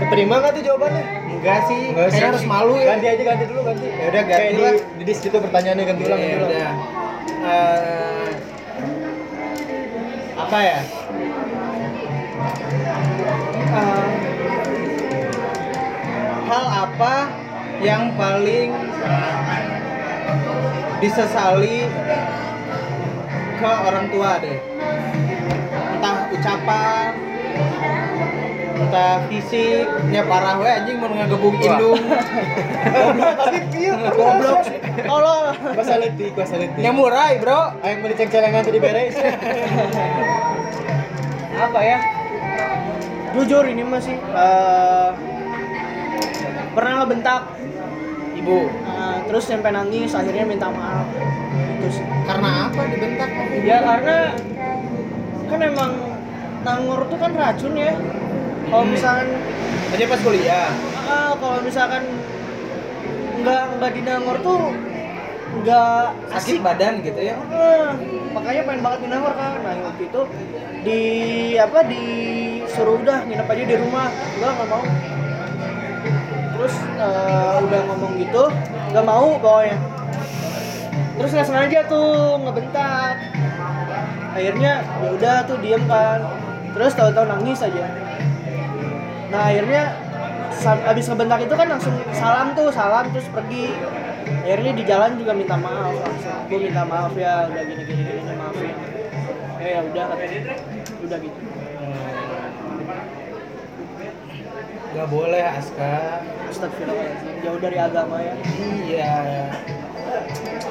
[SPEAKER 3] Keterima nggak tuh jawabannya?
[SPEAKER 1] Enggak sih.
[SPEAKER 3] Nggak
[SPEAKER 1] Kayaknya
[SPEAKER 3] sih.
[SPEAKER 1] harus malu ya.
[SPEAKER 3] Ganti aja ganti dulu ganti. Ya udah
[SPEAKER 1] ganti
[SPEAKER 3] ganti
[SPEAKER 1] lah.
[SPEAKER 3] di, di disk itu pertanyaannya ganti ulang ganti
[SPEAKER 1] Iya,
[SPEAKER 3] ulang.
[SPEAKER 1] udah. Eh, apa ya? Eh, hal apa yang paling disesali ke orang tua deh? Entah ucapan, entah fisiknya parah we anjing mau ngegebuk
[SPEAKER 4] Wah.
[SPEAKER 1] indung.
[SPEAKER 3] Goblok tapi iya
[SPEAKER 2] <laughs>
[SPEAKER 1] Goblok.
[SPEAKER 2] tolol
[SPEAKER 3] Gua salit di, gua salit di.
[SPEAKER 1] Yang murai, Bro.
[SPEAKER 3] Ayo mau diceng-celengan tadi beres.
[SPEAKER 2] apa ya jujur ini masih pernah ngebentak
[SPEAKER 1] Ibu,
[SPEAKER 2] eh, terus sampai nangis akhirnya minta maaf Gitu terus
[SPEAKER 1] Karena apa dibentak?
[SPEAKER 2] ya karena kan emang nangor tuh kan racun ya kalau
[SPEAKER 1] Hmm.
[SPEAKER 2] misalkan
[SPEAKER 1] Aja pas kuliah.
[SPEAKER 2] ah, kalau misalkan nggak nggak dinangor tuh nggak
[SPEAKER 1] Sakit
[SPEAKER 2] asik
[SPEAKER 1] badan gitu ya.
[SPEAKER 2] Ah, makanya pengen banget dinangor kan nah waktu itu di apa disuruh udah nginep aja di rumah enggak nggak mau terus eh, udah ngomong gitu nggak mau pokoknya terus nggak sengaja tuh ngebentak akhirnya ya udah tuh diem kan terus tahu-tahu nangis aja nah akhirnya sa- abis ngebentak itu kan langsung salam tuh salam terus pergi akhirnya di jalan juga minta maaf langsung gue minta maaf ya udah gini gini gini maafin ya ya udah katanya. udah gitu
[SPEAKER 1] Gak boleh Aska.
[SPEAKER 2] Astagfirullahaladzim jauh dari agama ya
[SPEAKER 1] Iya.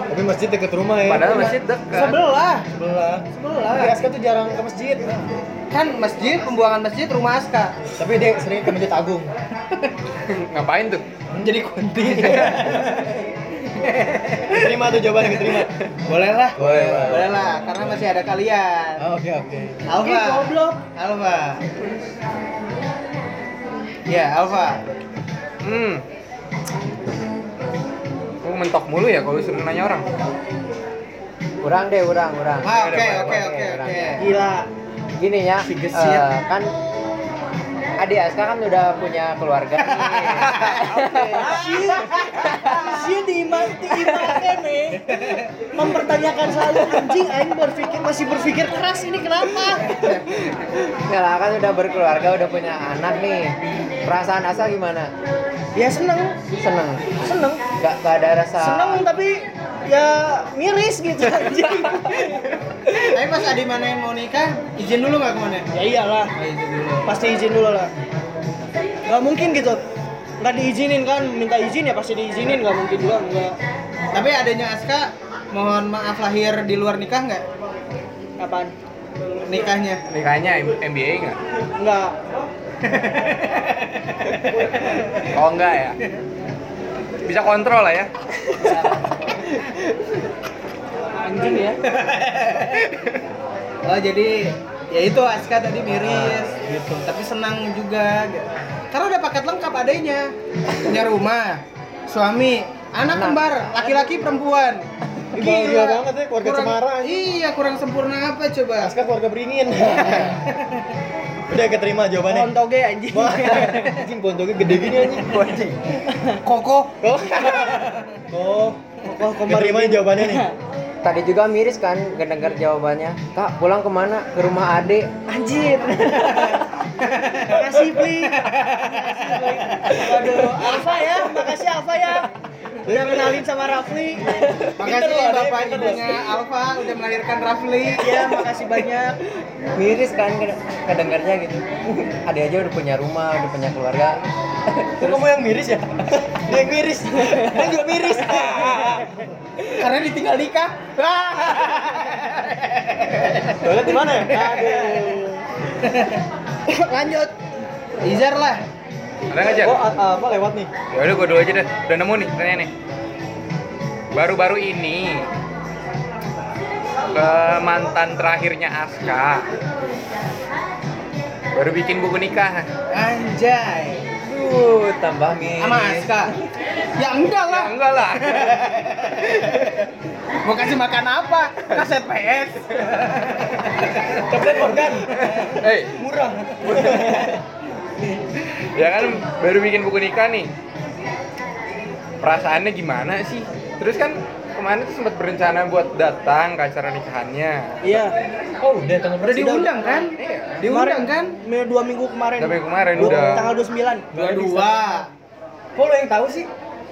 [SPEAKER 3] Tapi masjid deket rumah ya.
[SPEAKER 4] Padahal masjid dekat.
[SPEAKER 1] Sebelah,
[SPEAKER 3] sebelah. Tapi
[SPEAKER 1] sebelah.
[SPEAKER 3] Aska tuh jarang ke masjid.
[SPEAKER 1] Kan masjid, pembuangan masjid rumah Aska.
[SPEAKER 3] Tapi dia sering ke masjid Agung.
[SPEAKER 4] Ngapain tuh?
[SPEAKER 1] Jadi kunti.
[SPEAKER 3] Keterima tuh jawabannya keterima.
[SPEAKER 1] boleh lah.
[SPEAKER 3] Boleh, boleh.
[SPEAKER 1] Boleh lah, karena masih ada kalian.
[SPEAKER 3] Ah, Oke oke.
[SPEAKER 1] Alfa.
[SPEAKER 2] Ih, Eh, goblok
[SPEAKER 1] Alfa. Ya, Alfa.
[SPEAKER 4] Hmm. Lu mentok mulu ya kalau suruh nanya orang.
[SPEAKER 5] Urang deh, urang, urang.
[SPEAKER 1] Ah, oke, oke, oke, oke.
[SPEAKER 2] gila
[SPEAKER 5] Gini ya,
[SPEAKER 1] Si gesit.
[SPEAKER 5] eh, kan Adik Aska kan udah punya keluarga nih.
[SPEAKER 2] dia diiman diimankan nih mempertanyakan selalu anjing aing berpikir masih berpikir keras ini kenapa?
[SPEAKER 5] Nggak lah, kan udah berkeluarga, udah punya anak nih. Perasaan Asa gimana?
[SPEAKER 2] ya seneng,
[SPEAKER 5] Seneng.
[SPEAKER 2] seneng,
[SPEAKER 5] Nggak, nggak ada rasa.
[SPEAKER 2] seneng tapi ya miris
[SPEAKER 3] <laughs>
[SPEAKER 2] gitu anjing.
[SPEAKER 1] Tapi pas ada mana yang mau nikah, izin dulu nggak kemana?
[SPEAKER 2] ya iyalah,
[SPEAKER 1] Oh, izin dulu.
[SPEAKER 2] pasti izin dulu lah. Gak mungkin gitu, nggak diizinin kan? Minta izin ya pasti diizinin, nggak mungkin juga nggak
[SPEAKER 1] Tapi adanya Aska, mohon maaf lahir di luar nikah nggak?
[SPEAKER 2] apaan?
[SPEAKER 1] Nikahnya?
[SPEAKER 4] Nikahnya M- MBA nggak?
[SPEAKER 2] Nggak,
[SPEAKER 4] Oh enggak ya? Bisa kontrol lah ya?
[SPEAKER 2] anjing ya.
[SPEAKER 1] Oh jadi ya itu Aska tadi miris gitu, tapi senang juga. gitu. Karena udah paket lengkap adanya, punya rumah, suami, anak kembar, laki-laki perempuan.
[SPEAKER 3] Ih, bahagia banget ya, keluarga
[SPEAKER 1] kurang,
[SPEAKER 3] Cemara.
[SPEAKER 1] Iya kurang sempurna apa coba?
[SPEAKER 3] Aska keluarga beringin. <laughs> Udah
[SPEAKER 2] Pohon
[SPEAKER 3] keterima jawabannya.
[SPEAKER 2] toge anjing.
[SPEAKER 3] Wah, anjing pontongnya gede gini anjing. Anjing.
[SPEAKER 1] Kokoh.
[SPEAKER 3] Oh. Oh.
[SPEAKER 2] Kokoh
[SPEAKER 3] Keterima
[SPEAKER 2] kemarin.
[SPEAKER 3] jawabannya
[SPEAKER 2] <laughs>
[SPEAKER 3] nih.
[SPEAKER 5] Tadi juga miris kan ngedenger jawabannya. Kak, pulang kemana? Ke rumah adik.
[SPEAKER 2] Anjir. Makasih, Pli. Waduh, Alfa ya. Makasih Alfa ya. Udah kenalin sama Rafli.
[SPEAKER 1] Makasih bapak ibunya Alfa udah melahirkan Rafli.
[SPEAKER 2] Ya, makasih banyak.
[SPEAKER 5] Miris kan ngede- ngedengernya gitu. <laughs> Adik aja udah punya rumah, udah punya keluarga.
[SPEAKER 3] Kok kamu yang miris
[SPEAKER 2] <laughs>
[SPEAKER 3] ya? Dia yang miris. Dia juga <laughs> miris.
[SPEAKER 1] Karena ditinggal
[SPEAKER 2] <laughs>
[SPEAKER 1] nikah.
[SPEAKER 3] Toilet di mana ya?
[SPEAKER 1] Lanjut. Izar lah.
[SPEAKER 4] Ada nggak Jar?
[SPEAKER 3] Oh, a- apa lewat nih?
[SPEAKER 4] Ya udah gua dulu aja deh. Udah nemu nih tanya nih. Baru-baru ini ke mantan terakhirnya Aska baru bikin buku nikah.
[SPEAKER 1] Anjay.
[SPEAKER 5] Duh, tambah miris.
[SPEAKER 1] Sama Aska. Ya enggak lah.
[SPEAKER 4] Ya, enggak lah.
[SPEAKER 1] Mau kasih makan apa? Kan Kaset PS.
[SPEAKER 3] Coklat organ.
[SPEAKER 4] Hei,
[SPEAKER 3] Murah.
[SPEAKER 4] <laughs> ya kan baru bikin buku nikah nih. Perasaannya gimana sih? Terus kan kemarin tuh sempat berencana buat datang ke acara nikahannya.
[SPEAKER 2] Iya.
[SPEAKER 3] Oh, udah tanggal
[SPEAKER 1] Udah
[SPEAKER 3] berapa?
[SPEAKER 1] diundang kan?
[SPEAKER 4] Iya.
[SPEAKER 1] Diundang
[SPEAKER 2] Kemarin,
[SPEAKER 1] kan?
[SPEAKER 2] me- Dua minggu kemarin.
[SPEAKER 4] Tapi kemarin
[SPEAKER 2] Dua-
[SPEAKER 4] udah.
[SPEAKER 2] Tanggal 29.
[SPEAKER 1] Dua dua.
[SPEAKER 3] Kok lo yang tahu sih?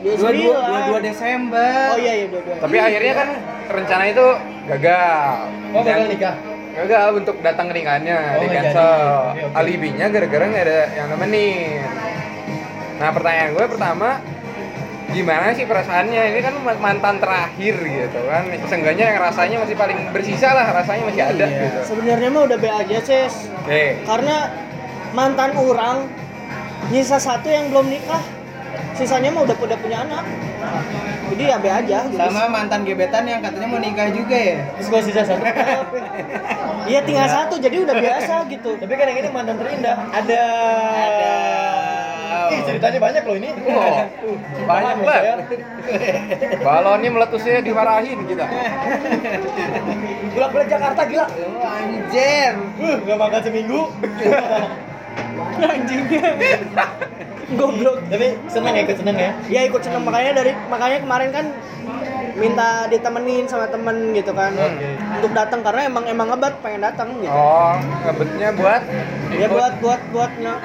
[SPEAKER 1] Dua dua dua dua
[SPEAKER 2] 29.
[SPEAKER 1] Desember.
[SPEAKER 2] Oh iya iya dua dua.
[SPEAKER 4] Tapi akhirnya kan rencana itu gagal.
[SPEAKER 3] Oh, gagal
[SPEAKER 4] Dan-
[SPEAKER 3] nikah.
[SPEAKER 4] Gagal untuk datang ke nikahannya,
[SPEAKER 3] Oh,
[SPEAKER 4] di
[SPEAKER 3] nggak
[SPEAKER 4] cancel.
[SPEAKER 3] jadi. Oke, oke.
[SPEAKER 4] Alibinya gara-gara nggak ada yang nemenin. Nah pertanyaan gue pertama, gimana sih perasaannya? Ini kan ma- mantan terakhir gitu kan. Seenggaknya yang rasanya masih paling bersisa lah, rasanya masih ada
[SPEAKER 3] Iya.
[SPEAKER 4] gitu.
[SPEAKER 2] Sebenarnya mah udah B aja, Ces.
[SPEAKER 4] Oke,
[SPEAKER 2] Karena mantan orang nyisa satu yang belum nikah. Sisanya mah udah udah punya anak. Jadi ya B aja.
[SPEAKER 1] Sama mantan gebetan yang katanya mau nikah juga ya.
[SPEAKER 3] Terus gua sisa satu.
[SPEAKER 2] Iya tinggal satu jadi udah biasa gitu.
[SPEAKER 3] Tapi kan yang ini mantan terindah. Ada. Ada. Ih, ceritanya banyak ya. loh ini.
[SPEAKER 4] Oh, banyak
[SPEAKER 3] Tahan,
[SPEAKER 4] banget.
[SPEAKER 3] saya.
[SPEAKER 4] Balonnya meletusnya dimarahin kita.
[SPEAKER 3] Bolak-balik Jakarta gila.
[SPEAKER 1] Oh, anjir.
[SPEAKER 3] Uh, gak makan
[SPEAKER 1] <laughs>
[SPEAKER 3] seminggu.
[SPEAKER 2] Anjingnya. Goblok.
[SPEAKER 3] Tapi seneng ya, ikut seneng ya.
[SPEAKER 2] Ya ikut seneng makanya dari makanya kemarin kan minta ditemenin sama temen gitu kan untuk datang karena emang emang ngebat pengen datang gitu.
[SPEAKER 4] Oh, ngebetnya buat
[SPEAKER 2] Ya
[SPEAKER 3] Iya,
[SPEAKER 2] buat buat buat nah,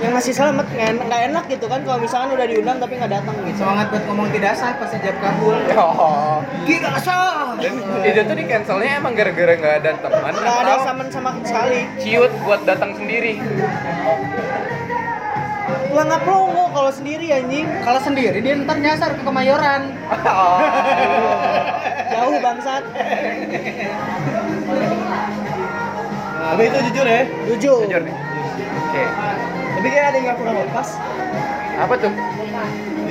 [SPEAKER 2] yang masih selamat nggak enak, nggak enak gitu kan kalau misalkan udah diundang tapi nggak datang gitu.
[SPEAKER 1] Semangat buat ngomong tidak sah pas ijab kabul.
[SPEAKER 4] Oh.
[SPEAKER 1] Tidak sah.
[SPEAKER 4] Dan itu tuh di cancelnya emang gara-gara nggak ada teman
[SPEAKER 2] Nggak ada
[SPEAKER 4] atau
[SPEAKER 2] saman sama sekali.
[SPEAKER 4] ciut buat datang sendiri.
[SPEAKER 2] Lah nggak plongo kalau sendiri anjing.
[SPEAKER 1] Kalau sendiri dia ntar nyasar ke Kemayoran.
[SPEAKER 2] <laughs> Jauh bangsat.
[SPEAKER 3] Tapi itu jujur ya.
[SPEAKER 2] Jujur.
[SPEAKER 4] Jujur nih. Oke.
[SPEAKER 3] Tapi kayak ada yang gak pernah lepas.
[SPEAKER 4] Apa tuh?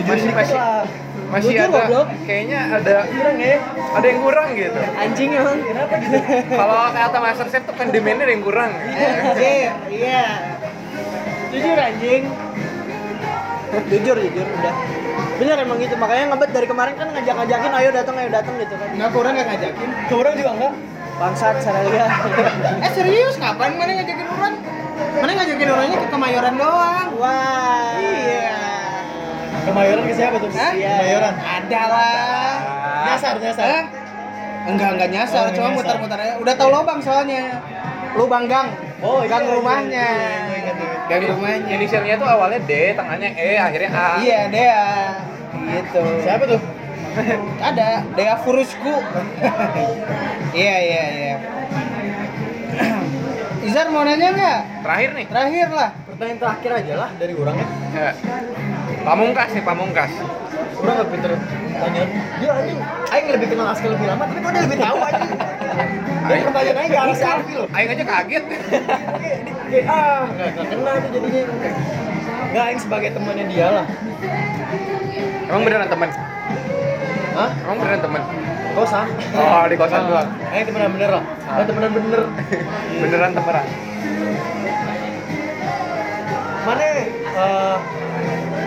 [SPEAKER 3] Jujur
[SPEAKER 4] Masih
[SPEAKER 3] dikit
[SPEAKER 4] masih
[SPEAKER 3] lah.
[SPEAKER 4] masih
[SPEAKER 2] Jujur,
[SPEAKER 4] ada
[SPEAKER 2] goblok.
[SPEAKER 4] kayaknya ada
[SPEAKER 3] Kurang ya.
[SPEAKER 4] ada yang kurang gitu.
[SPEAKER 2] Anjing emang.
[SPEAKER 3] Kenapa gitu?
[SPEAKER 4] Kalau kata Master Chef tuh kan demand-nya ada yang kurang.
[SPEAKER 2] Anjir, iya. Jujur anjing. jujur, jujur udah. Bener emang gitu, makanya ngebet dari kemarin kan ngajak-ngajakin ayo datang, ayo datang gitu kan.
[SPEAKER 1] Nggak kurang nggak ngajakin.
[SPEAKER 3] Kurang juga enggak?
[SPEAKER 2] Bangsat ya. Saralia.
[SPEAKER 1] Eh serius kapan mana ngajakin orang? Mana ngajakin orangnya ke Kemayoran doang.
[SPEAKER 2] Wah.
[SPEAKER 1] Iya.
[SPEAKER 3] Kemayoran ke siapa tuh?
[SPEAKER 1] Hah?
[SPEAKER 3] Kemayoran.
[SPEAKER 1] Ada lah.
[SPEAKER 3] Nyasar, nyasar.
[SPEAKER 1] Eh? Enggak, enggak
[SPEAKER 3] Oh,
[SPEAKER 1] nyasar,
[SPEAKER 3] enggak
[SPEAKER 1] cuma
[SPEAKER 3] nyasar.
[SPEAKER 1] muter-muter aja. Udah tahu lubang soalnya. Lubang gang.
[SPEAKER 3] Oh, iya,
[SPEAKER 1] gang rumahnya.
[SPEAKER 4] Yang
[SPEAKER 1] rumahnya.
[SPEAKER 4] Inisialnya tuh awalnya D, tengahnya E, akhirnya A.
[SPEAKER 1] Iya, Dea. Gitu.
[SPEAKER 3] Siapa tuh?
[SPEAKER 1] Ada Dea Furusku. Iya, iya, iya. Izar mau nanya nggak?
[SPEAKER 4] Terakhir nih.
[SPEAKER 1] Terakhir lah.
[SPEAKER 3] Pertanyaan terakhir aja lah dari orangnya.
[SPEAKER 4] Ya. Pamungkas nih, pamungkas.
[SPEAKER 3] Orang nggak pinter tanya. Dia anjing, aing lebih kenal Aska lebih lama, tapi kok dia lebih tahu anjing. Dari
[SPEAKER 4] Aing-
[SPEAKER 3] pertanyaan aing ke arah si Alfi loh.
[SPEAKER 4] Aing aja kaget.
[SPEAKER 3] Kayak- Kayak ah, nggak nggak kenal tuh jadinya. Nggak aing sebagai temannya dia lah.
[SPEAKER 4] Emang beneran temen?
[SPEAKER 3] Hah?
[SPEAKER 4] Emang beneran temen?
[SPEAKER 3] Kosan?
[SPEAKER 4] Oh, di kosan doang. Ah.
[SPEAKER 3] Aing temenan bener lah. Eh, Aing temenan bener.
[SPEAKER 4] Beneran temenan.
[SPEAKER 3] mana eh,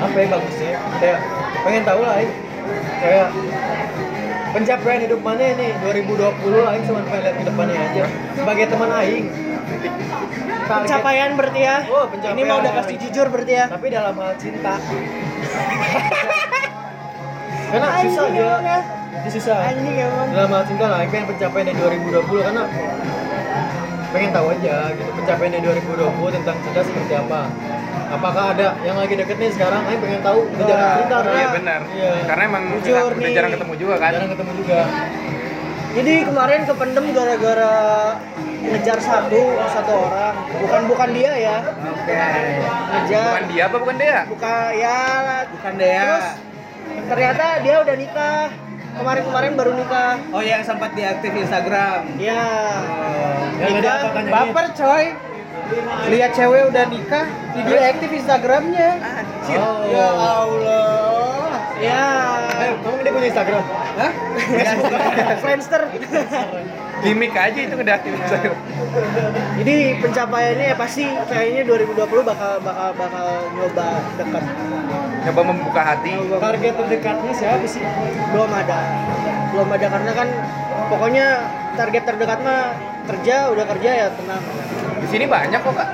[SPEAKER 3] apa yang bagus sih kayak pengen tahu lah Aing. kayak pencapaian hidup mana ini 2020 Aing cuma pengen lihat ke depannya aja sebagai teman Aing Target-
[SPEAKER 2] Pencapaian berarti ya.
[SPEAKER 3] Oh, pencapaian.
[SPEAKER 2] Ini mah udah pasti jujur berarti ya.
[SPEAKER 3] tapi dalam hal cinta karena susah juga Ini susah
[SPEAKER 2] ya. Anjing emang.
[SPEAKER 3] dalam hal cinta lah Aing pengen pencapaian dari 2020 karena kan, pengen tahu aja gitu pencapaian dari 2020 tentang cinta seperti apa apakah ada yang lagi deket nih sekarang Aing pengen tahu udah jarang cerita karena
[SPEAKER 4] Iya benar.
[SPEAKER 3] iya.
[SPEAKER 4] Karena emang
[SPEAKER 2] Jujur
[SPEAKER 4] kita udah
[SPEAKER 2] nih.
[SPEAKER 4] jarang ketemu juga kan.
[SPEAKER 3] jarang ketemu juga
[SPEAKER 2] Jadi kemarin kependem gara-gara ngejar satu satu orang. Bukan bukan dia ya.
[SPEAKER 1] Oke.
[SPEAKER 4] Bukan
[SPEAKER 2] Ngejar.
[SPEAKER 4] dia apa bukan dia?
[SPEAKER 2] Bukan ya.
[SPEAKER 1] Bukan Dea.
[SPEAKER 2] Terus ternyata dia udah nikah. Kemarin-kemarin baru nikah.
[SPEAKER 1] Oh, yang sempat diaktif Instagram.
[SPEAKER 2] Ya.
[SPEAKER 3] Yang ada
[SPEAKER 2] Nikah.
[SPEAKER 3] apa tanya ini?
[SPEAKER 1] Baper coy. Lihat cewek udah nikah, dia aktif Instagramnya.
[SPEAKER 3] Oh.
[SPEAKER 1] Ya Allah.
[SPEAKER 2] Ya.
[SPEAKER 3] Eh, kamu dia punya Instagram?
[SPEAKER 1] Hah?
[SPEAKER 2] Friendster.
[SPEAKER 4] Gimik aja itu udah aktif
[SPEAKER 2] Iya.
[SPEAKER 4] Instagram.
[SPEAKER 2] Jadi pencapaiannya ya pasti kayaknya 2020 bakal bakal bakal nyoba dekat.
[SPEAKER 4] Coba membuka hati.
[SPEAKER 3] Target terdekatnya siapa sih?
[SPEAKER 2] belum ada belum ada karena kan pokoknya target terdekat mah kerja udah kerja ya tenang
[SPEAKER 4] Di sini banyak kok, Kak.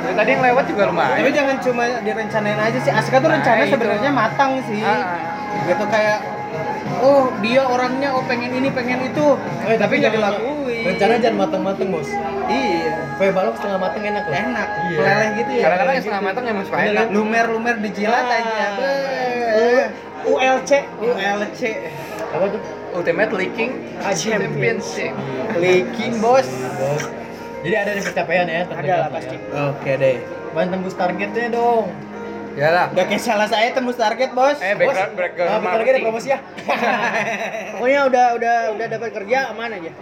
[SPEAKER 4] Dari tadi yang lewat juga lumayan.
[SPEAKER 1] Tapi jangan cuma direncanain aja sih. Aska tuh
[SPEAKER 4] Nah,
[SPEAKER 1] rencana
[SPEAKER 4] itu.
[SPEAKER 1] sebenarnya matang sih.
[SPEAKER 3] Iya.
[SPEAKER 4] Ah,
[SPEAKER 1] Gitu kayak oh, dia orangnya oh pengen ini, pengen itu.
[SPEAKER 3] Eh,
[SPEAKER 1] tapi iya, nggak
[SPEAKER 3] jangan-
[SPEAKER 1] dilakuin.
[SPEAKER 3] Rencana jangan mateng-mateng, Bos.
[SPEAKER 1] Iya.
[SPEAKER 3] Kue balok setengah mateng enak loh.
[SPEAKER 1] Enak,
[SPEAKER 3] Iya.
[SPEAKER 1] meleleh gitu ya.
[SPEAKER 4] Kadang-kadang yang setengah matang emang suka
[SPEAKER 3] Bener,
[SPEAKER 4] enak.
[SPEAKER 1] Lumer-lumer dijilat
[SPEAKER 2] Ah.
[SPEAKER 1] aja. Beuh.
[SPEAKER 2] ULC
[SPEAKER 1] ULC
[SPEAKER 3] Apa tuh?
[SPEAKER 4] Ultimate Leaking Championship.
[SPEAKER 1] leaking bos.
[SPEAKER 3] Iya, Bos. Jadi ada di pencapaian ya
[SPEAKER 2] ada lah pasti
[SPEAKER 1] Oke deh.
[SPEAKER 3] Bantu tembus targetnya dong.
[SPEAKER 4] Yalah.
[SPEAKER 1] Gak kayak salah saya tembus target bos.
[SPEAKER 4] Ya Eh, background background
[SPEAKER 3] Ah, bentar lagi ada
[SPEAKER 4] marketing.
[SPEAKER 3] promosi ya.
[SPEAKER 2] pokoknya udah udah udah dapat kerja aman aja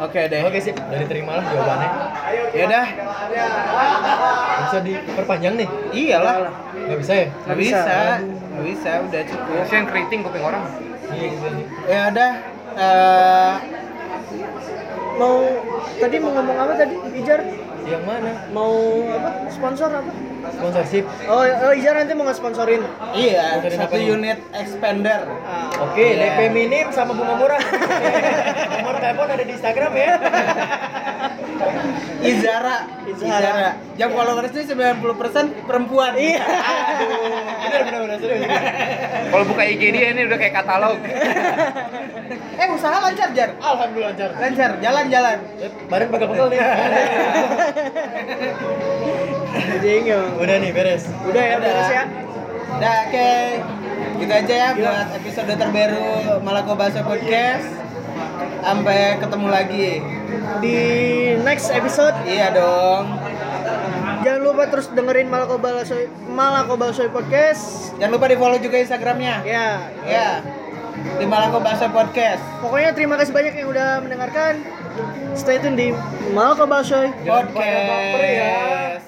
[SPEAKER 1] Oke deh.
[SPEAKER 3] Oke sip, udah diterimalah jawabannya.
[SPEAKER 1] Ya udah.
[SPEAKER 3] Bisa diperpanjang nih.
[SPEAKER 1] Iyalah.
[SPEAKER 3] Gak bisa ya?
[SPEAKER 1] Gak bisa. Gak bisa. Udah cukup.
[SPEAKER 4] Terus yang keriting kuping orang.
[SPEAKER 3] Iya, bisa.
[SPEAKER 1] Ya udah. eh,
[SPEAKER 2] mau tadi mau ngomong apa tadi Ijar
[SPEAKER 3] Yang mana?
[SPEAKER 2] mau apa sponsor apa
[SPEAKER 3] Sponsorship.
[SPEAKER 2] oh, oh Ijar nanti mau nge-sponsorin
[SPEAKER 1] Iya,
[SPEAKER 3] Bukan
[SPEAKER 1] satu
[SPEAKER 3] apa nih?
[SPEAKER 1] unit expander.
[SPEAKER 2] Ah,
[SPEAKER 3] Oke,
[SPEAKER 1] Iya.
[SPEAKER 3] DP minim sama bunga murah. <laughs> Nomor telepon ada di Instagram ya.
[SPEAKER 1] Izara,
[SPEAKER 2] Izara.
[SPEAKER 1] Izara. Yang followersnya 90% perempuan. Iya.
[SPEAKER 3] Bener bener bener serius.
[SPEAKER 4] Kalau buka IG dia ini udah kayak katalog.
[SPEAKER 1] Eh, usaha lancar, Jar.
[SPEAKER 3] Alhamdulillah lancar.
[SPEAKER 1] Lancar, jalan-jalan.
[SPEAKER 3] Eh, Badan pegel-pegel <laughs> nih.
[SPEAKER 2] anjing emang.
[SPEAKER 3] Udah nih beres.
[SPEAKER 2] udah ya
[SPEAKER 1] Udah.
[SPEAKER 2] beres ya
[SPEAKER 1] Nah, oke. Gitu aja ya buat episode terbaru Malako Baso Podcast. Sampai ketemu lagi.
[SPEAKER 2] di next episode
[SPEAKER 1] Iya dong.
[SPEAKER 2] jangan lupa terus dengerin Malakoba Soy Malakoba Soy podcast
[SPEAKER 1] Jangan lupa di-follow juga Instagramnya.
[SPEAKER 2] ya
[SPEAKER 1] Ya. Di Malako Baso Podcast.
[SPEAKER 2] Pokoknya terima kasih banyak yang udah mendengarkan. Stay tune di Malco Basoy.
[SPEAKER 3] Jangan pada baper ya.
[SPEAKER 1] Podcast.